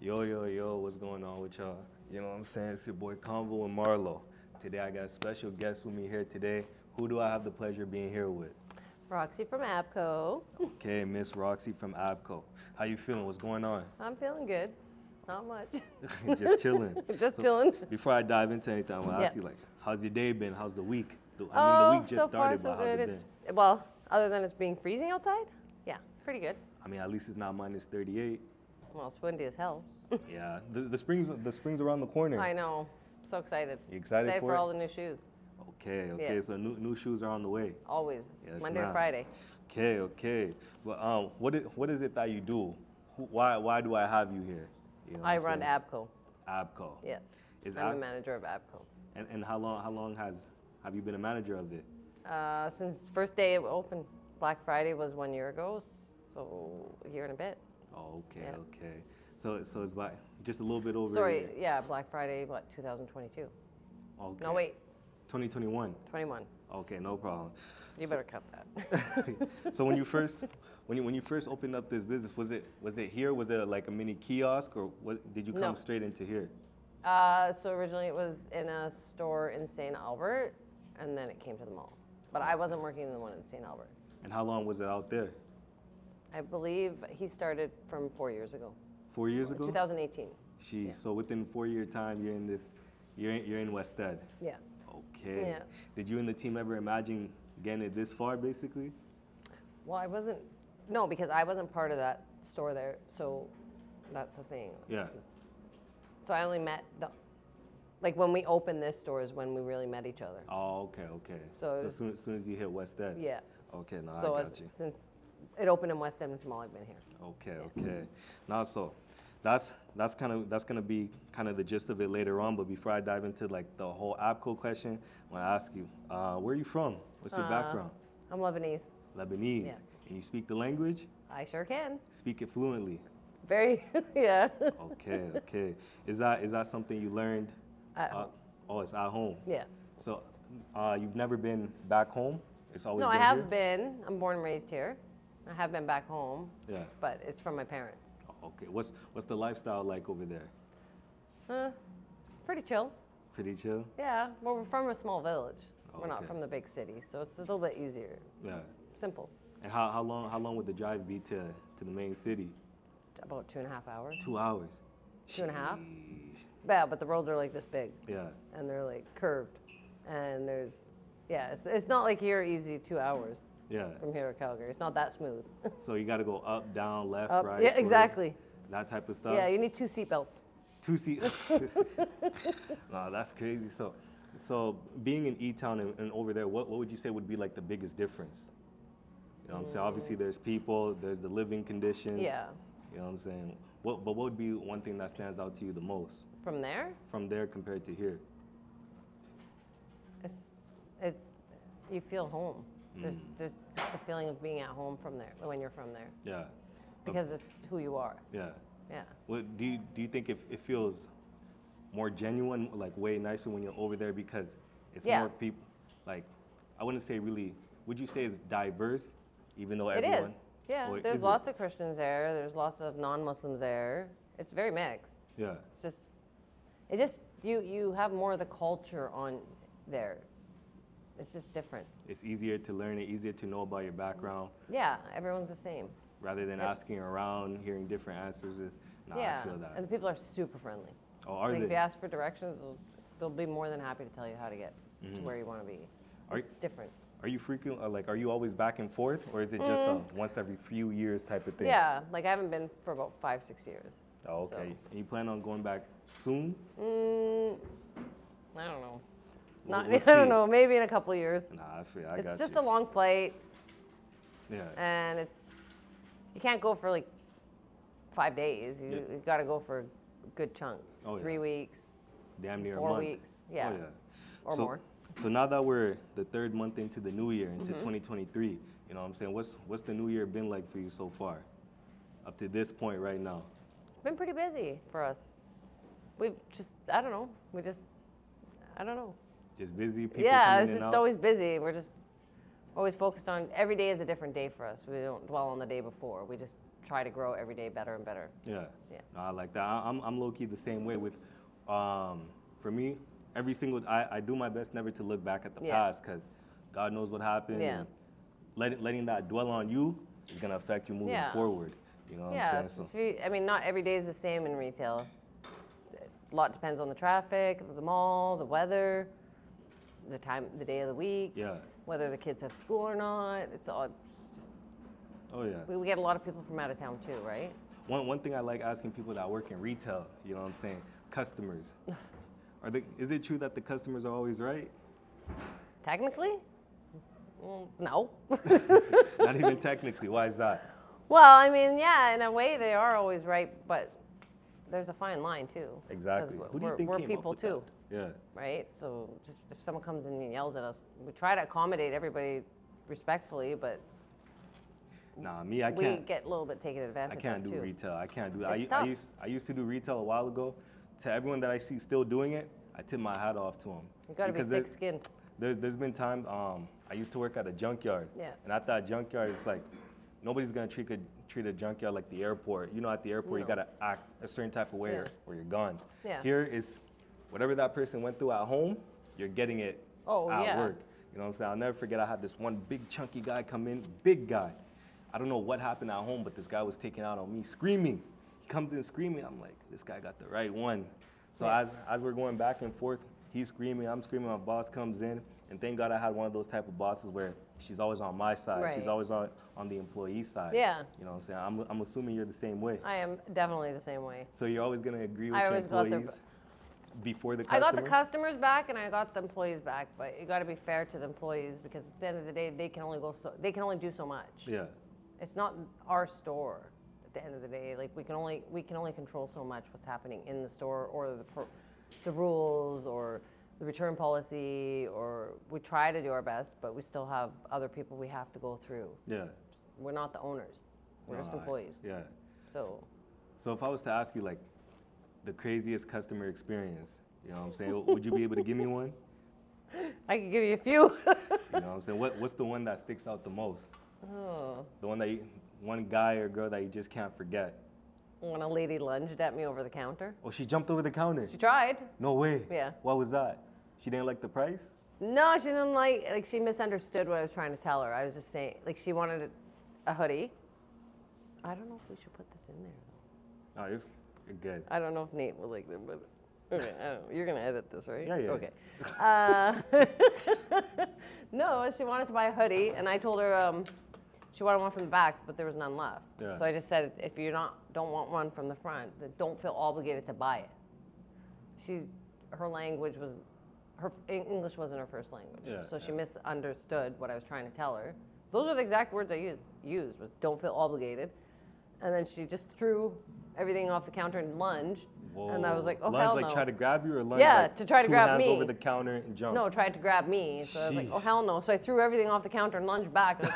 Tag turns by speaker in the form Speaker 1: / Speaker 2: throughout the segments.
Speaker 1: Yo, yo, yo, what's going on with y'all? You know what I'm saying? It's your boy Convo and Marlo. Today I got a special guest with me here today. Who do I have the pleasure of being here with?
Speaker 2: Roxy from Abco.
Speaker 1: Okay, Miss Roxy from Abco. How you feeling? What's going on?
Speaker 2: I'm feeling good. Not much.
Speaker 1: Just chilling.
Speaker 2: Just chilling.
Speaker 1: Before I dive into anything, I want to
Speaker 2: Yeah.
Speaker 1: ask you like, how's your day been? How's the week? The- I mean, the
Speaker 2: oh,
Speaker 1: week just
Speaker 2: so far
Speaker 1: started,
Speaker 2: so
Speaker 1: but how's
Speaker 2: good.
Speaker 1: it
Speaker 2: It's well, other than it's being freezing outside. Yeah, pretty good.
Speaker 1: been? I mean, at least it's not minus 38.
Speaker 2: Well, it's windy as hell.
Speaker 1: yeah, the, the spring's the spring's around the corner.
Speaker 2: I know. So excited.
Speaker 1: You excited
Speaker 2: excited
Speaker 1: for
Speaker 2: for,
Speaker 1: it?
Speaker 2: all the new shoes.
Speaker 1: Okay, okay.
Speaker 2: Yeah.
Speaker 1: So new new shoes are on the way.
Speaker 2: Always.
Speaker 1: Yes,
Speaker 2: Monday
Speaker 1: ma'am.
Speaker 2: to Friday.
Speaker 1: Okay, okay. But um, what is, what is it that you do? Who, why why do I have you here? You know what
Speaker 2: I
Speaker 1: I'm
Speaker 2: run
Speaker 1: saying?
Speaker 2: Abco.
Speaker 1: Abco.
Speaker 2: Yeah.
Speaker 1: Is
Speaker 2: I'm a
Speaker 1: Ab-
Speaker 2: manager of Abco.
Speaker 1: and, and how long how long has have you been a manager of it?
Speaker 2: Uh, since first day it opened, Black Friday was one year ago, so a year and a bit.
Speaker 1: Oh, okay,
Speaker 2: Yeah.
Speaker 1: okay. So so it's by just a little bit over. a
Speaker 2: Sorry,
Speaker 1: year.
Speaker 2: yeah, Black Friday, what, 2022?
Speaker 1: Okay.
Speaker 2: No, wait,
Speaker 1: 2021.
Speaker 2: 21.
Speaker 1: Okay, no problem.
Speaker 2: You better cut that.
Speaker 1: so when you first when you when you first opened up this business, was it was it here? Was it like a mini kiosk, or was, did you come
Speaker 2: No.
Speaker 1: straight into here?
Speaker 2: Uh, so originally it was in a store in St. Albert, and then it came to the mall. But I wasn't working in the one in St. Albert.
Speaker 1: And how long was it out there?
Speaker 2: I believe he started from four years ago,
Speaker 1: Four years ago.
Speaker 2: 2018.
Speaker 1: She so within four year time you're in this you're in, you're in Westad.
Speaker 2: Yeah.
Speaker 1: Okay.
Speaker 2: Yeah.
Speaker 1: Did you and the team ever imagine getting it this far basically?
Speaker 2: Well, I wasn't. No, because I wasn't part of that store there. So that's the thing.
Speaker 1: Yeah.
Speaker 2: So I only met the, like when we opened this store is when we really met each other.
Speaker 1: Oh, okay, okay.
Speaker 2: So it
Speaker 1: as
Speaker 2: was-
Speaker 1: soon, as soon as you hit West End.
Speaker 2: Yeah.
Speaker 1: Okay, no,
Speaker 2: so
Speaker 1: I
Speaker 2: as-
Speaker 1: got you.
Speaker 2: since it opened in West Edmonton Mall, I've been here.
Speaker 1: Okay, okay. Now so that's that's kind of that's gonna be kind of the gist of it later on. But before I dive into like the whole APCO question, I wanna ask you, uh, where are you from? What's your
Speaker 2: Uh,
Speaker 1: background?
Speaker 2: I'm Lebanese.
Speaker 1: Lebanese.
Speaker 2: yeah.
Speaker 1: And you speak the language?
Speaker 2: I sure can.
Speaker 1: Speak it fluently.
Speaker 2: Very. yeah.
Speaker 1: Okay, okay. Is that is that something you learned?
Speaker 2: At
Speaker 1: uh, Oh, it's at home.
Speaker 2: Yeah.
Speaker 1: So, uh, you've never been back home. It's always
Speaker 2: No, I
Speaker 1: been
Speaker 2: have
Speaker 1: here?
Speaker 2: been. I'm born and raised here. I have been back home,
Speaker 1: Yeah.
Speaker 2: but it's from my parents.
Speaker 1: Okay. What's what's the lifestyle like over there?
Speaker 2: Huh? Pretty chill.
Speaker 1: Pretty chill.
Speaker 2: Yeah. Well, we're from a small village. We're not
Speaker 1: Okay.
Speaker 2: from the big city, so it's a little bit easier.
Speaker 1: Yeah.
Speaker 2: Simple.
Speaker 1: And how, how long how long would the drive be to to the main city?
Speaker 2: About two and a half hours.
Speaker 1: Two hours.
Speaker 2: Two and a half?
Speaker 1: Sheesh.
Speaker 2: Yeah, but the roads are like this big,
Speaker 1: Yeah.
Speaker 2: and they're like curved, and there's, yeah, it's, it's not like here easy two hours
Speaker 1: Yeah.
Speaker 2: from here to Calgary. It's not that smooth.
Speaker 1: So you got to go up, down, left,
Speaker 2: Up-
Speaker 1: right.
Speaker 2: yeah,
Speaker 1: short,
Speaker 2: exactly.
Speaker 1: That type of stuff.
Speaker 2: yeah, you need two seatbelts.
Speaker 1: Two seat. no, that's crazy. So, so being in E Town and, and over there, what, what would you say would be like the biggest difference? You know what I'm saying? Obviously, there's people, there's the living conditions.
Speaker 2: Mm. Yeah.
Speaker 1: You know what I'm saying? What, but what would be one thing that stands out to you the most
Speaker 2: From there,
Speaker 1: from there compared to here?
Speaker 2: It's, it's you feel home. There's,
Speaker 1: Mm.
Speaker 2: there's the feeling of being at home from there when you're from there
Speaker 1: Yeah.
Speaker 2: because it's who you are.
Speaker 1: Yeah.
Speaker 2: Yeah.
Speaker 1: What, do, you, do you think if it feels more genuine, like way nicer when you're over there because it's
Speaker 2: Yeah.
Speaker 1: more people? Like, I wouldn't say really, would you say it's diverse, even though
Speaker 2: It
Speaker 1: everyone?
Speaker 2: is. Yeah.
Speaker 1: Or
Speaker 2: there's
Speaker 1: is it?
Speaker 2: lots of Christians there. There's lots of non-Muslims there. It's very mixed.
Speaker 1: Yeah,
Speaker 2: It's just, it just you you have more of the culture on there. It's just different.
Speaker 1: it's easier to learn it, easier to know about your background
Speaker 2: Yeah. Everyone's the same.
Speaker 1: rather than asking around, hearing different answers. Is, nah,
Speaker 2: yeah.
Speaker 1: I feel
Speaker 2: And
Speaker 1: that.
Speaker 2: the people are super friendly.
Speaker 1: Oh, are
Speaker 2: like
Speaker 1: they?
Speaker 2: if you ask for directions, they'll, they'll be more than happy to tell you how to get to where you want to be.
Speaker 1: Mm-hmm. Are
Speaker 2: it's different.
Speaker 1: Are you frequent? uh, Like, are you always back and forth, or is it just a once every few years type of thing?
Speaker 2: Mm-hmm. Yeah, like I haven't been for about five, six years.
Speaker 1: Oh, okay. And you plan on going back soon?
Speaker 2: Mm, I don't know.
Speaker 1: We'll-
Speaker 2: Not,
Speaker 1: we'll
Speaker 2: I don't
Speaker 1: see.
Speaker 2: know. Maybe in a couple of years.
Speaker 1: Nah, I feel. I got
Speaker 2: It's just
Speaker 1: you.
Speaker 2: a long flight,
Speaker 1: yeah.
Speaker 2: and it's you can't go for like five days. You,
Speaker 1: Yeah.
Speaker 2: you got to go for a good chunk,
Speaker 1: Oh,
Speaker 2: Three
Speaker 1: yeah.
Speaker 2: weeks
Speaker 1: Damn near a
Speaker 2: four
Speaker 1: month.
Speaker 2: weeks, yeah.
Speaker 1: Oh, yeah.
Speaker 2: or
Speaker 1: so,
Speaker 2: more.
Speaker 1: So now that we're the third month into the new year,
Speaker 2: Mm-hmm.
Speaker 1: into 2023, you know what I'm saying? What's what's the new year been like for you so far, up to this point right now?
Speaker 2: It's been pretty busy for us. We've just I don't know. We just I don't know.
Speaker 1: Just busy people.
Speaker 2: yeah,
Speaker 1: coming
Speaker 2: it's
Speaker 1: in and
Speaker 2: just
Speaker 1: out?
Speaker 2: always busy. We're just always focused on every day is a different day for us. We don't dwell on the day before. We just try to grow every day better and better.
Speaker 1: Yeah.
Speaker 2: Yeah.
Speaker 1: No, I like that. I, I'm, I'm low key the same way with, um, for me, every single, I, I do my best never to look back at the
Speaker 2: Yeah.
Speaker 1: past because God knows what happened.
Speaker 2: Yeah.
Speaker 1: and Let, letting that dwell on you is going to affect you moving
Speaker 2: Yeah.
Speaker 1: forward. You know what
Speaker 2: yeah,
Speaker 1: I'm
Speaker 2: it's
Speaker 1: saying?
Speaker 2: just few- I mean, not every day is the same in retail. A lot depends on the traffic, the mall, the weather, the time, the day of the week,
Speaker 1: Yeah.
Speaker 2: whether the kids have school or not. It's all. It's just,
Speaker 1: Oh, yeah.
Speaker 2: we, we get a lot of people from out of town too, right?
Speaker 1: One, one thing I like asking people that work in retail, you know what I'm saying? Customers. Are they, is it true that the customers are always right?
Speaker 2: Technically, Mm, no.
Speaker 1: Not even technically. Why is that?
Speaker 2: well, I mean, yeah, in a way they are always right, but there's a fine line too. 'cause
Speaker 1: Exactly.
Speaker 2: we're-
Speaker 1: Who do you
Speaker 2: we're-
Speaker 1: think
Speaker 2: we're
Speaker 1: came up
Speaker 2: people
Speaker 1: with
Speaker 2: too?
Speaker 1: that? Yeah.
Speaker 2: right? So just if someone comes in and yells at us, we try to accommodate everybody respectfully, but
Speaker 1: Nah, me, I
Speaker 2: we
Speaker 1: can't.
Speaker 2: get a little bit taken
Speaker 1: I
Speaker 2: advantage
Speaker 1: can't
Speaker 2: of
Speaker 1: do
Speaker 2: too.
Speaker 1: retail. I can't do that. I,
Speaker 2: It's
Speaker 1: u- I
Speaker 2: tough.
Speaker 1: used I used to do retail a while ago. To everyone that I see still doing it, I tip my hat off to them.
Speaker 2: you got to be thick-skinned.
Speaker 1: There, there's been times um, I used to work at a junkyard,
Speaker 2: Yeah.
Speaker 1: and I thought junkyard is like nobody's gonna treat a, treat a junkyard like the airport. You know, at the airport you
Speaker 2: No.
Speaker 1: gotta act a certain type of way,
Speaker 2: Yeah.
Speaker 1: or, or you're gone.
Speaker 2: Yeah.
Speaker 1: Here is whatever that person went through at home, you're getting it
Speaker 2: Oh,
Speaker 1: at
Speaker 2: yeah.
Speaker 1: work. You know what I'm saying? I'll never forget. I had this one big chunky guy come in, big guy. I don't know what happened at home, but this guy was taking out on me, screaming. He comes in screaming. I'm like, this guy got the right one. So
Speaker 2: Yeah.
Speaker 1: as, as we're going back and forth, he's screaming, I'm screaming. My boss comes in, and thank God I had one of those type of bosses where she's always on my side. She's
Speaker 2: Right.
Speaker 1: always on, on the employee side.
Speaker 2: Yeah.
Speaker 1: You know what I'm saying? I'm, I'm assuming you're the same way.
Speaker 2: I am definitely the same way.
Speaker 1: So you're always gonna agree with
Speaker 2: I
Speaker 1: your
Speaker 2: always got the-
Speaker 1: employees before the
Speaker 2: I
Speaker 1: customer.
Speaker 2: got the customers back and I got the employees back, but you got to be fair to the employees because at the end of the day, they can only go so they can only do so much.
Speaker 1: Yeah.
Speaker 2: It's not our store. At the end of the day, like we can only we can only control so much what's happening in the store or the pro- the rules or the return policy or we try to do our best, but we still have other people we have to go through.
Speaker 1: Yeah.
Speaker 2: We're not the owners. We're just
Speaker 1: No, I-
Speaker 2: employees.
Speaker 1: Yeah.
Speaker 2: So
Speaker 1: So if I was to ask you like the craziest customer experience, you know what I'm saying? would you be able to give me one?
Speaker 2: I can give you a few.
Speaker 1: You know what I'm saying? What, what's the one that sticks out the most?
Speaker 2: oh.
Speaker 1: The one that you, one guy or girl that you just can't forget.
Speaker 2: When a lady lunged at me over the counter.
Speaker 1: Oh, she jumped over the counter.
Speaker 2: She tried.
Speaker 1: No way.
Speaker 2: Yeah.
Speaker 1: What was that? She didn't like the price?
Speaker 2: No, she didn't like like she misunderstood what I was trying to tell her. I was just saying like she wanted a, a hoodie. I don't know if we should put this in there. Though.
Speaker 1: No, you're, you're good.
Speaker 2: I don't know if Nate will like them, but okay, I don't- you're gonna edit this, right?
Speaker 1: Yeah, yeah.
Speaker 2: Okay. Uh, no, she wanted to buy a hoodie, and I told her um, she wanted one from the back, but there was none left.
Speaker 1: Yeah.
Speaker 2: So I just said, if you are not don't want one from the front, then don't feel obligated to buy it. She, her language was, her Eng- English wasn't her first language,
Speaker 1: Yeah,
Speaker 2: so she
Speaker 1: yeah.
Speaker 2: misunderstood what I was trying to tell her. Those are the exact words I u- used was don't feel obligated, and then she just threw everything off the counter and lunged, and I was like, oh
Speaker 1: lunge,
Speaker 2: hell
Speaker 1: like
Speaker 2: no.
Speaker 1: try to grab you or lunge
Speaker 2: Yeah,
Speaker 1: like,
Speaker 2: to try to
Speaker 1: two
Speaker 2: grab
Speaker 1: hands
Speaker 2: me.
Speaker 1: over the counter and jump.
Speaker 2: no, tried to grab me, so I was like, oh
Speaker 1: Sheesh.
Speaker 2: hell no. So I threw everything off the counter and lunged back. And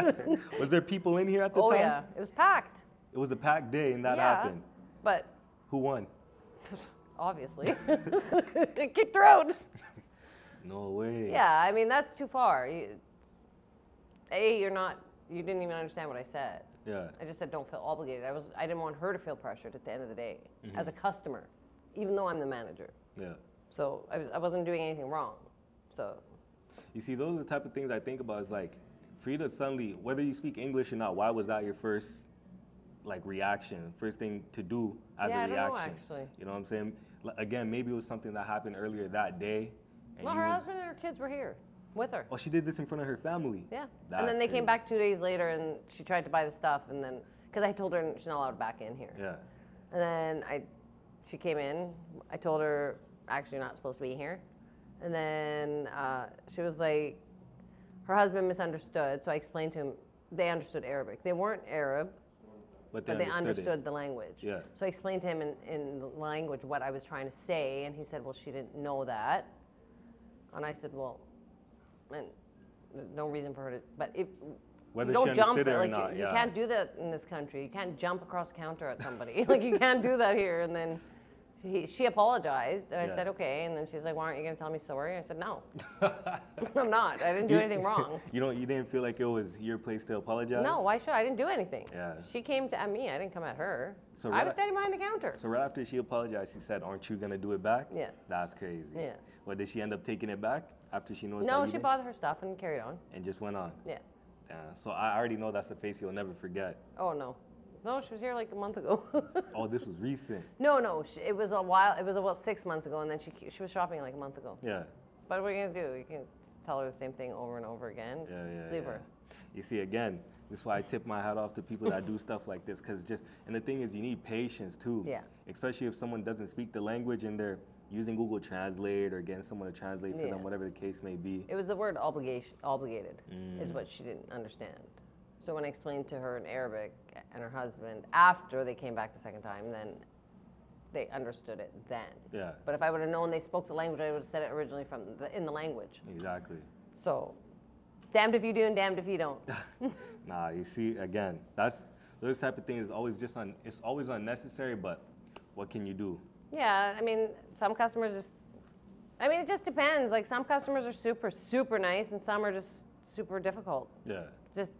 Speaker 2: said,
Speaker 1: was there people in here at the
Speaker 2: oh
Speaker 1: time?
Speaker 2: yeah, it was packed.
Speaker 1: It was a packed day and that
Speaker 2: yeah,
Speaker 1: happened.
Speaker 2: but
Speaker 1: Who won?
Speaker 2: obviously, I kicked her out.
Speaker 1: No way.
Speaker 2: Yeah, I mean that's too far. You, A, you're not. You didn't even understand what I said.
Speaker 1: Yeah.
Speaker 2: I just said don't feel obligated. I was. I didn't want her to feel pressured at the end of the day
Speaker 1: Mm-hmm.
Speaker 2: as a customer, even though I'm the manager.
Speaker 1: Yeah.
Speaker 2: So I was. I wasn't doing anything wrong. So
Speaker 1: You see, those are the type of things I think about. Is like, for you to suddenly, whether you speak English or not, why was that your first, like, reaction, first thing to do as a
Speaker 2: Yeah, I don't know,
Speaker 1: reaction?
Speaker 2: actually.
Speaker 1: You know what I'm saying? L- again, maybe it was something that happened earlier that day. And
Speaker 2: well,
Speaker 1: you
Speaker 2: her
Speaker 1: was-
Speaker 2: husband and her kids were here with her.
Speaker 1: Oh, she did this in front of her family.
Speaker 2: Yeah.
Speaker 1: That's
Speaker 2: and then they
Speaker 1: crazy.
Speaker 2: came back two days later, and she tried to buy the stuff, and then because I told her she's not allowed back in here.
Speaker 1: Yeah.
Speaker 2: And then I, she came in. I told her actually you're not supposed to be here. And then uh, she was like, her husband misunderstood. So I explained to him they understood Arabic. They weren't Arab,
Speaker 1: But they
Speaker 2: but they
Speaker 1: understood.
Speaker 2: understood the language.
Speaker 1: Yeah.
Speaker 2: So I explained to him in, in the language what I was trying to say, and he said, "Well, she didn't know that." And I said, "Well, and there's no reason for her to, but if
Speaker 1: Whether
Speaker 2: you don't
Speaker 1: she
Speaker 2: jump,
Speaker 1: understood it or
Speaker 2: like
Speaker 1: not,
Speaker 2: you,
Speaker 1: yeah.
Speaker 2: you can't do that in this country. You can't jump across the counter at somebody. like you can't do that here." And then She, she apologized, and I
Speaker 1: Yeah.
Speaker 2: said, okay. And then she's like, why aren't you going to tell me sorry? I said, no, I'm not. I didn't do anything wrong.
Speaker 1: you don't. You didn't feel like it was your place to apologize.
Speaker 2: No, why should I? I didn't do anything.
Speaker 1: Yeah.
Speaker 2: She came to at me. I didn't come at her.
Speaker 1: So
Speaker 2: I
Speaker 1: rela-
Speaker 2: was standing behind the counter.
Speaker 1: So right after she apologized, she said, "Aren't you gonna do it back?"
Speaker 2: Yeah.
Speaker 1: That's crazy.
Speaker 2: Yeah.
Speaker 1: Well, did she end up taking it back after she noticed?
Speaker 2: no,
Speaker 1: that you
Speaker 2: she
Speaker 1: did?
Speaker 2: bought her stuff and carried on.
Speaker 1: And just went on.
Speaker 2: Yeah.
Speaker 1: Damn. So I already know that's a face you'll never forget.
Speaker 2: Oh no, no, she was here like a month ago.
Speaker 1: Oh, this was recent.
Speaker 2: no, no, she, it was a while. It was about six months ago, and then she she was shopping like a month ago.
Speaker 1: Yeah.
Speaker 2: But what are you gonna do? You can tell her the same thing over and over again.
Speaker 1: Yeah,
Speaker 2: Just
Speaker 1: yeah,
Speaker 2: leave
Speaker 1: yeah.
Speaker 2: her.
Speaker 1: You see, again, this is why I tip my hat off to people that do stuff like this, because just and the thing is, you need patience too.
Speaker 2: Yeah.
Speaker 1: Especially if someone doesn't speak the language and they're using Google Translate or getting someone to translate for
Speaker 2: Yeah.
Speaker 1: them, whatever the case may be.
Speaker 2: It was the word obligation, obligated,
Speaker 1: Mm.
Speaker 2: is what she didn't understand. So when I explained to her in Arabic and her husband after they came back the second time, then they understood it then.
Speaker 1: Yeah.
Speaker 2: But if I would have known they spoke the language, I would have said it originally from the, in the language.
Speaker 1: Exactly.
Speaker 2: So, damned if you do and damned if you don't.
Speaker 1: Nah, you see, again, that's those type of things is always just un, it's always unnecessary, but what can you do?
Speaker 2: yeah, I mean, some customers just. I mean, it just depends. Like some customers are super, super nice, and some are just super difficult.
Speaker 1: Yeah.
Speaker 2: just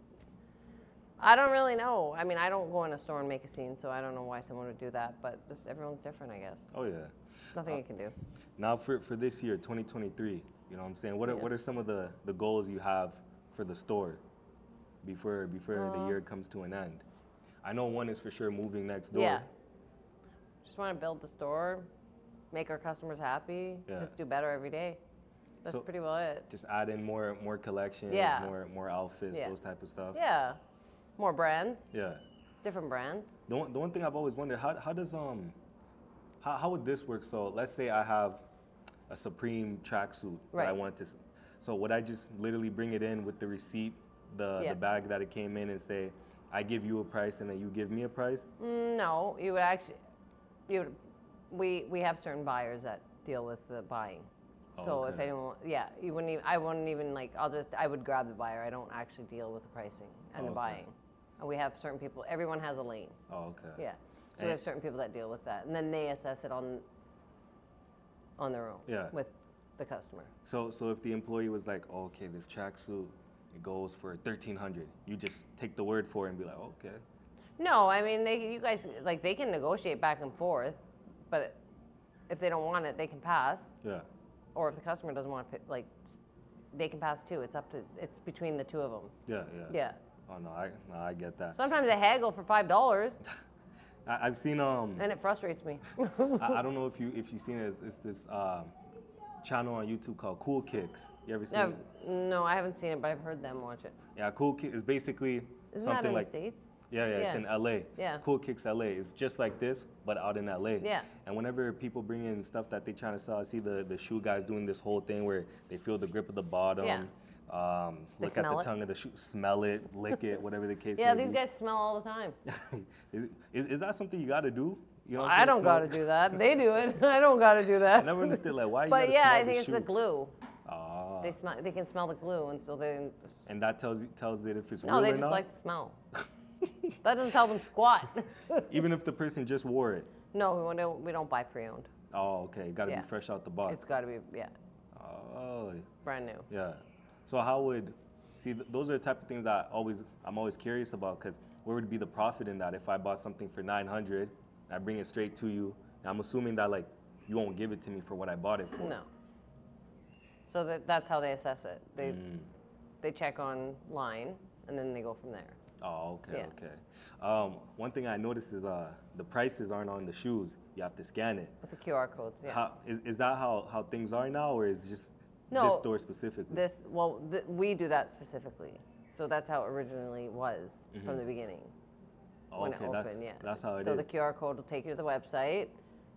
Speaker 2: I don't really know. I mean, I don't go in a store and make a scene, so I don't know why someone would do that. But just everyone's different, I guess.
Speaker 1: Oh yeah.
Speaker 2: Nothing you can do.
Speaker 1: Now for, for this year, 2023, you know what I'm saying? What are, what are some of the, the goals you have for the store before before
Speaker 2: Uh.
Speaker 1: the year comes to an end? I know one is for sure moving next door.
Speaker 2: Yeah. Just want to build the store, make our customers happy,
Speaker 1: Yeah.
Speaker 2: just do better every day. That's
Speaker 1: So-
Speaker 2: pretty well it.
Speaker 1: Just add in more more collections,
Speaker 2: Yeah.
Speaker 1: more more outfits,
Speaker 2: Yeah.
Speaker 1: those type of stuff.
Speaker 2: Yeah, more brands,
Speaker 1: Yeah.
Speaker 2: different brands.
Speaker 1: The one, the one thing I've always wondered, how, how does um how, how would this work? So let's say I have a Supreme tracksuit that I
Speaker 2: Right.
Speaker 1: want to s- so would I just literally bring it in with the receipt, the,
Speaker 2: Yeah.
Speaker 1: the bag that it came in and say, I give you a price and then you give me a price?
Speaker 2: Mm, No, you would actually, you would, we we have certain buyers that deal with the buying.
Speaker 1: Oh,
Speaker 2: So if
Speaker 1: okay.
Speaker 2: anyone, yeah, you wouldn't even. I wouldn't even like. I'll just. I would grab the buyer. I don't actually deal with the pricing and
Speaker 1: Oh,
Speaker 2: the
Speaker 1: okay.
Speaker 2: buying. And we have certain people. Everyone has a lane.
Speaker 1: Oh, okay.
Speaker 2: Yeah. So we
Speaker 1: Eh.
Speaker 2: have certain people that deal with that, and then they assess it on. On their own.
Speaker 1: Yeah.
Speaker 2: With the customer.
Speaker 1: So, so if the employee was like, oh, okay, this tracksuit, it goes for thirteen hundred, you just take the word for it and be like, okay,
Speaker 2: No, I mean they. You guys like they can negotiate back and forth, but if they don't want it, they can pass.
Speaker 1: yeah,
Speaker 2: or if the customer doesn't want to, like, they can pass too. It's up to, it's between the two of them.
Speaker 1: yeah, yeah.
Speaker 2: Yeah.
Speaker 1: Oh no, I no, I get that.
Speaker 2: Sometimes I haggle for five dollars,
Speaker 1: I, I've seen um,
Speaker 2: and it frustrates me.
Speaker 1: I, I don't know if you if you've seen it, it's this um, channel on YouTube called Cool Kicks. You ever seen?
Speaker 2: no,
Speaker 1: it?
Speaker 2: no, I haven't seen it, but I've heard them watch it.
Speaker 1: Yeah, Cool Kicks is basically
Speaker 2: Isn't that
Speaker 1: something
Speaker 2: in
Speaker 1: like
Speaker 2: the states?
Speaker 1: Yeah, yeah, it's
Speaker 2: Yeah.
Speaker 1: in LA.
Speaker 2: Yeah.
Speaker 1: Cool Kicks LA. It's just like this, but out in LA.
Speaker 2: Yeah.
Speaker 1: And whenever people bring in stuff that they trying to sell, I see the, the shoe guys doing this whole thing where they feel the grip of the bottom,
Speaker 2: Yeah.
Speaker 1: um,
Speaker 2: They
Speaker 1: look at the
Speaker 2: smell it.
Speaker 1: tongue of the shoe, smell it, lick it, whatever the case
Speaker 2: Yeah,
Speaker 1: may
Speaker 2: these
Speaker 1: be.
Speaker 2: guys smell all the time.
Speaker 1: is, is, is that something you got to do? You know what I'm
Speaker 2: I
Speaker 1: saying?
Speaker 2: don't
Speaker 1: Smell-
Speaker 2: gotta do that. They do it. I don't gotta do that.
Speaker 1: I never understood like why you
Speaker 2: But
Speaker 1: gotta
Speaker 2: yeah, I
Speaker 1: smell
Speaker 2: think
Speaker 1: the
Speaker 2: it's
Speaker 1: shoe.
Speaker 2: the glue.
Speaker 1: Ah,
Speaker 2: They smell. They can smell the glue, and so they.
Speaker 1: and that tells you- tells it if it's
Speaker 2: No,
Speaker 1: real
Speaker 2: they
Speaker 1: or
Speaker 2: just
Speaker 1: not,
Speaker 2: like the smell. that doesn't tell them squat.
Speaker 1: even if the person just wore it.
Speaker 2: no, we don't. We don't buy pre-owned.
Speaker 1: Oh, okay, got to
Speaker 2: Yeah.
Speaker 1: be fresh out the box.
Speaker 2: It's got to be yeah,
Speaker 1: Oh,
Speaker 2: brand new.
Speaker 1: Yeah. So how would see? Th- those are the type of things that I always I'm always curious about because where would be the profit in that if I bought something for 900, I bring it straight to you, and I'm assuming that like you won't give it to me for what I bought it for.
Speaker 2: No. So that, that's how they assess it. They, they check online and then they go from there.
Speaker 1: Oh, okay,
Speaker 2: Yeah.
Speaker 1: okay. Um, one thing I noticed is uh, the prices aren't on the shoes. You have to scan it.
Speaker 2: With the QR codes, yeah.
Speaker 1: How, is, is that how, how things are now, or is it just
Speaker 2: No,
Speaker 1: this store specifically?
Speaker 2: This, well, th- we do that specifically. So that's how it originally was from the beginning
Speaker 1: Oh,
Speaker 2: when
Speaker 1: okay,
Speaker 2: it
Speaker 1: that's,
Speaker 2: opened, yeah.
Speaker 1: That's how it is.
Speaker 2: so the QR code will take you to the website.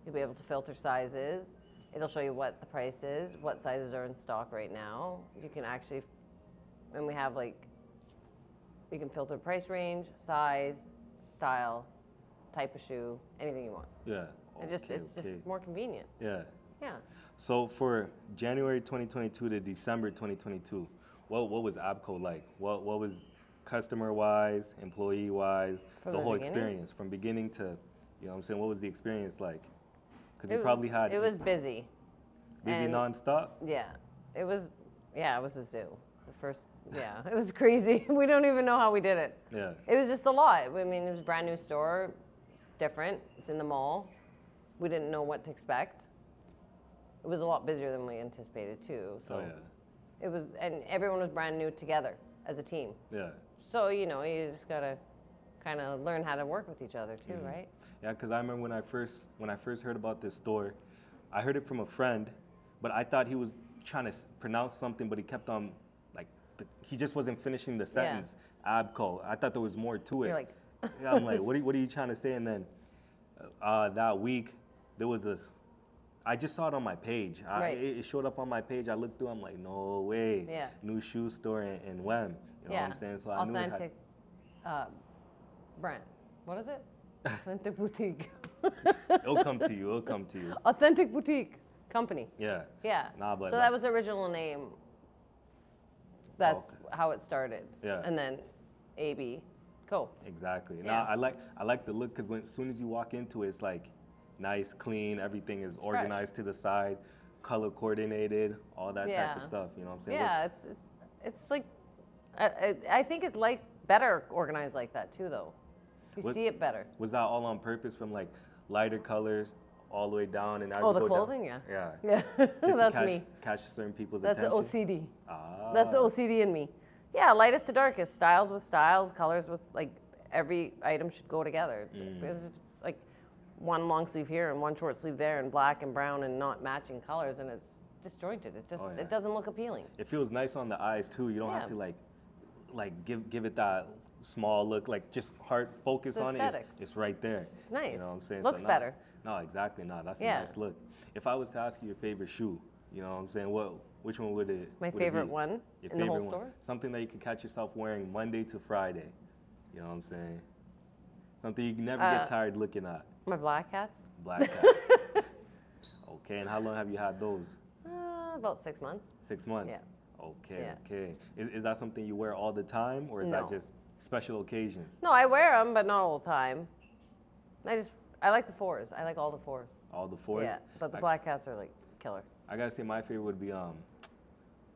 Speaker 2: You'll be able to filter sizes. It'll show you what the price is, what sizes are in stock right now. You can actually, and we have like, you can filter price range, size, style, type of shoe, anything you want.
Speaker 1: yeah.
Speaker 2: It just
Speaker 1: okay,
Speaker 2: it's
Speaker 1: okay.
Speaker 2: just more convenient.
Speaker 1: Yeah.
Speaker 2: Yeah.
Speaker 1: So for January 2022 to December 2022, what what was Abco like? What what was customer wise, employee wise,
Speaker 2: From
Speaker 1: the
Speaker 2: the
Speaker 1: whole
Speaker 2: beginning?
Speaker 1: experience from beginning to, you know, what I'm saying, what was the experience like? Because
Speaker 2: It
Speaker 1: you
Speaker 2: was-
Speaker 1: probably had
Speaker 2: It was busy.
Speaker 1: busy
Speaker 2: and-
Speaker 1: nonstop.
Speaker 2: Yeah, it was. Yeah, it was a zoo. The first. Yeah, it was crazy. we don't even know how we did it.
Speaker 1: Yeah.
Speaker 2: It was just a lot. I mean, it was a brand new store, different. It's in the mall. We didn't know what to expect. It was a lot busier than we anticipated too. So
Speaker 1: Oh yeah.
Speaker 2: it was, and everyone was brand new together as a team.
Speaker 1: Yeah.
Speaker 2: So you know, you just gotta kind of learn how to work with each other too,
Speaker 1: Mm-hmm.
Speaker 2: right?
Speaker 1: Yeah, because I remember when I first when I first heard about this store, I heard it from a friend, but I thought he was trying to s- pronounce something, but he kept on like the, he just wasn't finishing the sentence. Abco. I thought there was more to it.
Speaker 2: You're like,
Speaker 1: yeah, I'm like, what are, you- what are you trying to say? And then uh, that week there was this. I just saw it on my page. I,
Speaker 2: Right.
Speaker 1: it, it showed up on my page. I looked through. I'm like, no way.
Speaker 2: Yeah.
Speaker 1: New shoe store in, in Wem. You know
Speaker 2: yeah,
Speaker 1: what I'm saying? So I knew it had,
Speaker 2: authentic uh, brand. What is it? Authentic boutique.
Speaker 1: it'll come to you. It'll come to you.
Speaker 2: authentic boutique company.
Speaker 1: Yeah.
Speaker 2: Yeah.
Speaker 1: Nah, but
Speaker 2: so
Speaker 1: like-
Speaker 2: that was the original name. That's
Speaker 1: okay.
Speaker 2: how it started.
Speaker 1: Yeah.
Speaker 2: And then AB Co.
Speaker 1: Exactly. Now
Speaker 2: Yeah.
Speaker 1: I like I like the look because as soon as you walk into it, it's like nice, clean. Everything is
Speaker 2: fresh.
Speaker 1: organized to the side, color coordinated, all that type of
Speaker 2: Yeah.
Speaker 1: stuff. You know what I'm saying? Look-
Speaker 2: Yeah, it's it's it's like I, I, I think it's like better organized like that too though. You
Speaker 1: What-
Speaker 2: see it better.
Speaker 1: Was that all on purpose? From like lighter colors all the way down, and as
Speaker 2: Oh,
Speaker 1: you
Speaker 2: the
Speaker 1: go down-
Speaker 2: clothing, yeah.
Speaker 1: Yeah.
Speaker 2: Yeah.
Speaker 1: Just
Speaker 2: That's
Speaker 1: to catch,
Speaker 2: me.
Speaker 1: Catch certain people's
Speaker 2: That's the
Speaker 1: attention.
Speaker 2: OCD.
Speaker 1: Ah.
Speaker 2: That's the OCD in me. Yeah, lightest to darkest, styles with styles, colors with like every item should go together.
Speaker 1: Mm.
Speaker 2: Because if it's like one long sleeve here and one short sleeve there, and black and brown and not matching colors, and it's disjointed. It just
Speaker 1: Oh, yeah.
Speaker 2: it doesn't look appealing.
Speaker 1: It feels nice on the eyes too. You don't
Speaker 2: Yeah.
Speaker 1: have to like, like give give it that small look. Like just hard focus
Speaker 2: It's
Speaker 1: on it. It's,
Speaker 2: aesthetics.
Speaker 1: it's right there.
Speaker 2: It's nice.
Speaker 1: You know what I'm saying?
Speaker 2: Looks
Speaker 1: nah-
Speaker 2: better.
Speaker 1: No, exactly. No, that's
Speaker 2: Yeah.
Speaker 1: a nice look. If I was to ask you your favorite shoe, you know what I'm saying? What which one would it?
Speaker 2: My
Speaker 1: would it
Speaker 2: favorite
Speaker 1: be?
Speaker 2: one
Speaker 1: Your
Speaker 2: in the whole
Speaker 1: favorite one.
Speaker 2: store?
Speaker 1: Something that you could catch yourself wearing Monday to Friday. You know what I'm saying? Something you can never
Speaker 2: Uh,
Speaker 1: get tired looking at.
Speaker 2: My black hats,
Speaker 1: Black hats. okay, and how long have you had those?
Speaker 2: uh, about six months.
Speaker 1: Six months.
Speaker 2: Yeah.
Speaker 1: Okay.
Speaker 2: Yeah.
Speaker 1: Okay. Is, is that something you wear all the time, or is
Speaker 2: No.
Speaker 1: that just special occasions?
Speaker 2: No, I wear them, but not all the time. I just I like the fours. I like all the fours.
Speaker 1: All the fours.
Speaker 2: Yeah, but the
Speaker 1: I,
Speaker 2: black hats are like killer.
Speaker 1: I gotta say, my favorite would be um,